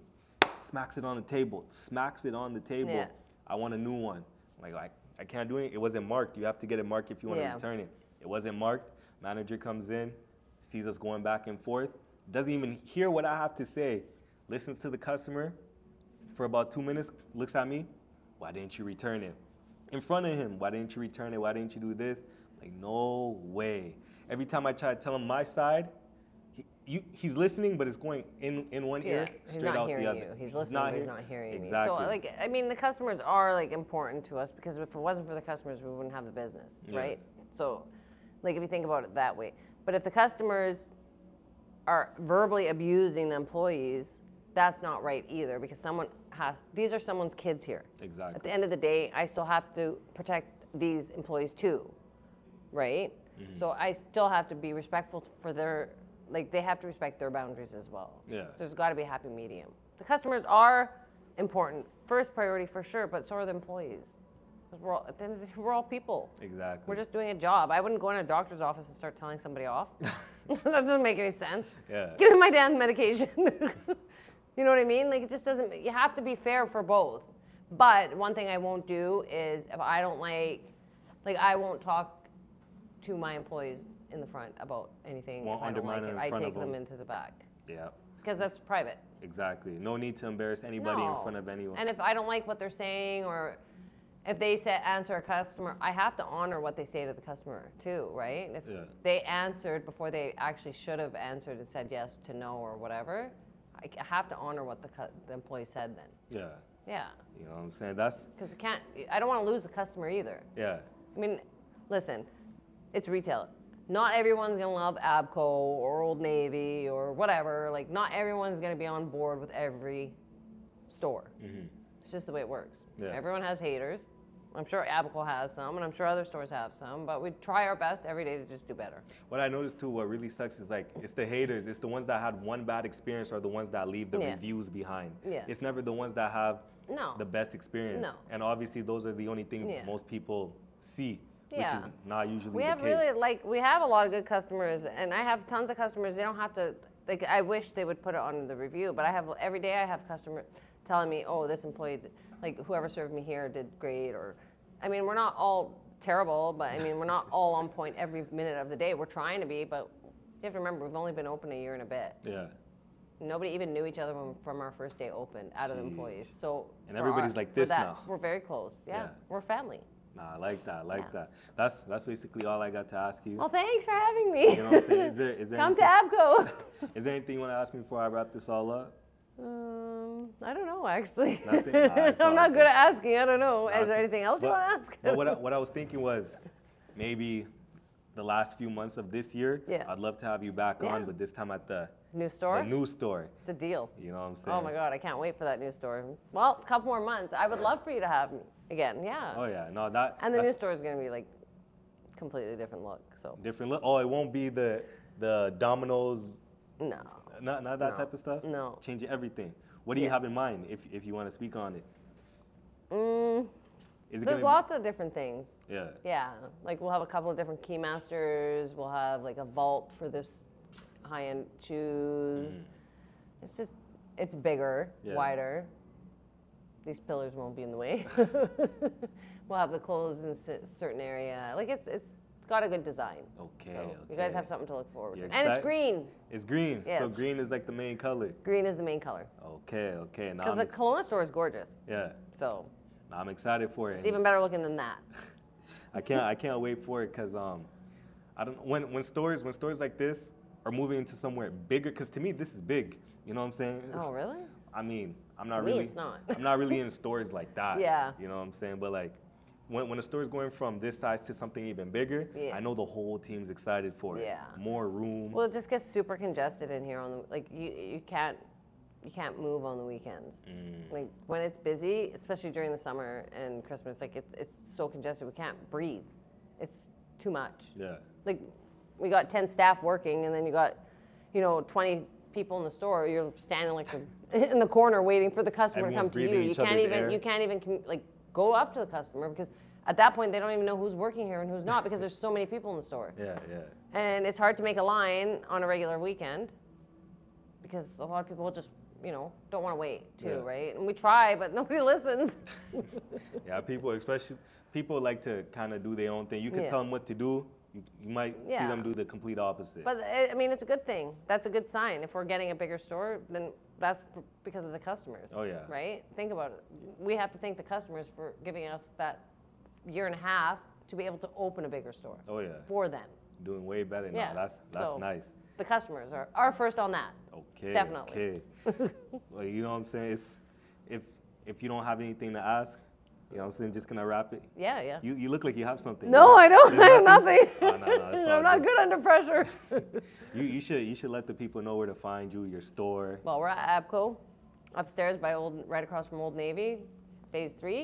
Speaker 1: smacks it on the table smacks it on the table
Speaker 2: Yeah.
Speaker 1: i want a new one like I, I can't do it it wasn't marked you have to get it marked if you want to
Speaker 2: Yeah.
Speaker 1: return it it wasn't marked manager comes in sees us going back and forth doesn't even hear what i have to say listens to the customer for about two minutes, looks at me, why didn't you return it? In front of him, why didn't you return it? Why didn't you do this? Like, no way. Every time I try to tell him my side, he, you, he's listening, but it's going in, in one ear,
Speaker 2: yeah. He's
Speaker 1: straight
Speaker 2: not
Speaker 1: out
Speaker 2: hearing
Speaker 1: the other.
Speaker 2: you. He's listening, but he's
Speaker 1: hear-
Speaker 2: not hearing
Speaker 1: exactly.
Speaker 2: you. So like, I mean, the customers are like important to us because if it wasn't for the customers, we wouldn't have the business,
Speaker 1: Yeah.
Speaker 2: right? So, like, if you think about it that way. But if the customers are verbally abusing the employees, that's not right either because someone has. These are someone's kids here. At
Speaker 1: exactly.
Speaker 2: the end of the day, I still have to protect these employees too, right? So I still have to be respectful for their, like, they have to respect their boundaries as well.
Speaker 1: Yeah.
Speaker 2: There's got to be a happy medium. The customers are important, first priority for sure, but so are the employees. 'Cause we're all, at the end of the day, we're all people.
Speaker 1: Exactly.
Speaker 2: We're just doing a job. I wouldn't go in a doctor's office and start telling somebody off. that doesn't make any sense.
Speaker 1: Yeah.
Speaker 2: Give me my damn medication. you know what I mean? Like it just doesn't. You have to be fair for both. But one thing I won't do is if I don't like, like I won't talk to my employees in the front about anything.
Speaker 1: Won't
Speaker 2: if I don't
Speaker 1: undermine
Speaker 2: like
Speaker 1: it
Speaker 2: it,
Speaker 1: in
Speaker 2: I
Speaker 1: front
Speaker 2: take
Speaker 1: of
Speaker 2: them.
Speaker 1: them.
Speaker 2: into the back
Speaker 1: yeah,
Speaker 2: because that's private.
Speaker 1: exactly. No need to embarrass anybody
Speaker 2: No.
Speaker 1: in front of anyone.
Speaker 2: And if I don't like what they're saying or if they say answer a customer, I have to honor what they say to the customer too, right? If
Speaker 1: Yeah.
Speaker 2: they answered before they actually should have answered and said yes to no or whatever, I c- I have to honor what the, cu- the employee said then.
Speaker 1: yeah,
Speaker 2: Yeah,
Speaker 1: you know what I'm saying? That's,
Speaker 2: because it can't. I don't want to lose the customer either.
Speaker 1: yeah,
Speaker 2: I mean, listen, it's retail. Not everyone's gonna love Abco or Old Navy or whatever. Like, not everyone's gonna be on board with every store. It's just the way it works.
Speaker 1: Mm-hmm. Yeah.
Speaker 2: Everyone has haters. I'm sure Abco has some, and I'm sure other stores have some. But we try our best every day to just do better.
Speaker 1: What I noticed too, what really sucks is like it's the haters. It's the ones that had one bad experience are the ones that leave the
Speaker 2: Yeah.
Speaker 1: reviews behind.
Speaker 2: Yeah.
Speaker 1: It's never the ones that have
Speaker 2: No.
Speaker 1: the best experience.
Speaker 2: No.
Speaker 1: And obviously those are the only things
Speaker 2: Yeah.
Speaker 1: most people see, which
Speaker 2: Yeah.
Speaker 1: is not usually
Speaker 2: we
Speaker 1: the
Speaker 2: have
Speaker 1: case.
Speaker 2: really like we have a lot of good customers and i have tons of customers they don't have to like i wish they would put it on the review but i have every day i have customers telling me oh this employee d- like whoever served me here did great or i mean we're not all terrible but i mean we're not all on point every minute of the day we're trying to be but you have to remember we've only been open a year and a bit
Speaker 1: yeah.
Speaker 2: nobody even knew each other when, from our first day open out of the employees so
Speaker 1: And
Speaker 2: for our-
Speaker 1: everybody's like
Speaker 2: for
Speaker 1: this
Speaker 2: that,
Speaker 1: now.
Speaker 2: we're very close yeah.
Speaker 1: Yeah.
Speaker 2: we're family
Speaker 1: Nah, I like that. I like
Speaker 2: Yeah.
Speaker 1: that. That's that's basically all I got to ask you.
Speaker 2: well thanks for having me
Speaker 1: You know what I'm saying? Is there is there
Speaker 2: come to
Speaker 1: anything,
Speaker 2: abco
Speaker 1: is there anything you want to ask me before I wrap this all up?
Speaker 2: Um, I don't know actually.
Speaker 1: Nothing? Nah, it's all
Speaker 2: I'm not
Speaker 1: good.
Speaker 2: good at asking. I don't know. Is
Speaker 1: Awesome.
Speaker 2: there anything else you
Speaker 1: But-
Speaker 2: want to ask?
Speaker 1: But what I, what I was thinking was, maybe the last few months of this year,
Speaker 2: Yeah.
Speaker 1: I'd love to have you back on,
Speaker 2: Yeah.
Speaker 1: but this time at the,
Speaker 2: new
Speaker 1: the
Speaker 2: store?
Speaker 1: new store.
Speaker 2: it's a deal.
Speaker 1: You know what I'm saying?
Speaker 2: Oh my god, I can't wait for that new store. Well, a couple more months. I would love for you to have me again. Yeah.
Speaker 1: Oh yeah, no that.
Speaker 2: and the new
Speaker 1: that's
Speaker 2: store is going to be like completely different look. So
Speaker 1: different look. Oh, it won't be the the dominoes,
Speaker 2: no.
Speaker 1: not not that
Speaker 2: No.
Speaker 1: type of stuff.
Speaker 2: No.
Speaker 1: Changing everything. What do you
Speaker 2: Yeah.
Speaker 1: have in mind if if you want to speak on it?
Speaker 2: Mm,
Speaker 1: Is it
Speaker 2: there's
Speaker 1: gonna be-
Speaker 2: lots of different things.
Speaker 1: yeah.
Speaker 2: Yeah, like we'll have a couple of different keymasters. We'll have like a vault for this high-end shoes. It's just it's bigger,
Speaker 1: Mm-hmm. Yeah.
Speaker 2: wider. These pillars won't be in the way. we'll have the clothes in a certain area. Like it's it's it's got a good design.
Speaker 1: Okay.
Speaker 2: So
Speaker 1: okay.
Speaker 2: you guys have something to look forward
Speaker 1: You're
Speaker 2: to. And it's
Speaker 1: excited?
Speaker 2: green.
Speaker 1: It's green. So
Speaker 2: Yes.
Speaker 1: green is like the main color.
Speaker 2: Green is the main color.
Speaker 1: Okay. Okay. Now
Speaker 2: Because
Speaker 1: I'm
Speaker 2: the
Speaker 1: ex-
Speaker 2: Kelowna store is gorgeous.
Speaker 1: yeah.
Speaker 2: So
Speaker 1: Now I'm excited for it.
Speaker 2: it's even better looking than that.
Speaker 1: I can't I can't wait for it because um I don't when when stores when stores like this are moving into somewhere bigger because to me this is big you know what I'm saying
Speaker 2: Oh, really?
Speaker 1: I mean I'm not
Speaker 2: me,
Speaker 1: really
Speaker 2: it's not.
Speaker 1: I'm not really in stores like that
Speaker 2: Yeah.
Speaker 1: you know what I'm saying but like when when a store's going from this size to something even bigger
Speaker 2: Yeah.
Speaker 1: I know the whole team's excited for it
Speaker 2: Yeah.
Speaker 1: more room
Speaker 2: Well, it just gets super congested in here on the like you you can't you can't move on the weekends.
Speaker 1: Mm.
Speaker 2: Like when it's busy, especially during the summer and Christmas, like it's it's so congested we can't breathe. It's too much.
Speaker 1: yeah
Speaker 2: Like we got ten staff working, and then you got you know twenty people in the store. You're standing like the, in the corner waiting for the customer
Speaker 1: Everyone's
Speaker 2: to come to you.
Speaker 1: breathing
Speaker 2: You
Speaker 1: each
Speaker 2: can't
Speaker 1: other's
Speaker 2: even
Speaker 1: air.
Speaker 2: you can't even commu- like go up to the customer because at that point they don't even know who's working here and who's not because there's so many people in the store
Speaker 1: yeah yeah
Speaker 2: and it's hard to make a line on a regular weekend because a lot of people just you know don't want to wait too
Speaker 1: Yeah.
Speaker 2: right and we try but nobody listens
Speaker 1: yeah people especially people like to kind of do their own thing you can
Speaker 2: Yeah.
Speaker 1: tell them what to do you, you might see
Speaker 2: Yeah.
Speaker 1: them do the complete opposite
Speaker 2: but eh, i i mean it's a good thing that's a good sign if we're getting a bigger store then that's f- because of the customers
Speaker 1: Oh, yeah.
Speaker 2: right think about it we have to thank the customers for giving us that year and a half to be able to open a bigger store
Speaker 1: oh yeah
Speaker 2: for them
Speaker 1: doing way better now.
Speaker 2: yeah
Speaker 1: That's that's
Speaker 2: So,
Speaker 1: nice.
Speaker 2: the customers are, are first on that
Speaker 1: Okay.
Speaker 2: Definitely.
Speaker 1: Okay. well, you know what I'm saying? It's if if you don't have anything to ask, you know what I'm saying, just gonna wrap it.
Speaker 2: yeah yeah
Speaker 1: You you look like you have something.
Speaker 2: no i don't i
Speaker 1: There's
Speaker 2: have nothing
Speaker 1: Oh, no, no, it's all
Speaker 2: i'm not
Speaker 1: good.
Speaker 2: good under pressure
Speaker 1: You you should you should let the people know where to find you, your store.
Speaker 2: Well, we're at Abco, upstairs by old, right across from Old Navy, Phase Three,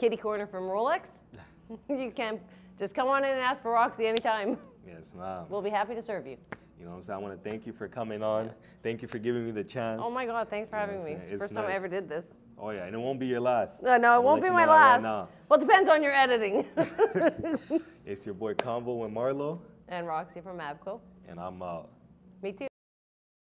Speaker 2: kitty corner from Rolex. you can just come on in and ask for Roxy anytime.
Speaker 1: Yes, ma'am.
Speaker 2: We'll be happy to serve you.
Speaker 1: You know what I'm saying? I wanna thank you for coming on. Thank you for giving me the chance.
Speaker 2: Oh my God, thanks for having
Speaker 1: Yes,
Speaker 2: me.
Speaker 1: yeah,
Speaker 2: It's
Speaker 1: it's
Speaker 2: the first time I
Speaker 1: nice.
Speaker 2: ever did this.
Speaker 1: Oh yeah, and it won't be your last.
Speaker 2: No, no,
Speaker 1: I'ma
Speaker 2: it won't
Speaker 1: let
Speaker 2: be
Speaker 1: you
Speaker 2: my
Speaker 1: know that
Speaker 2: last.
Speaker 1: right now.
Speaker 2: well, it depends on your editing.
Speaker 1: it's your boy Convo with Marlo,
Speaker 2: and Roxy from Abco.
Speaker 1: and I'm out.
Speaker 2: Me too.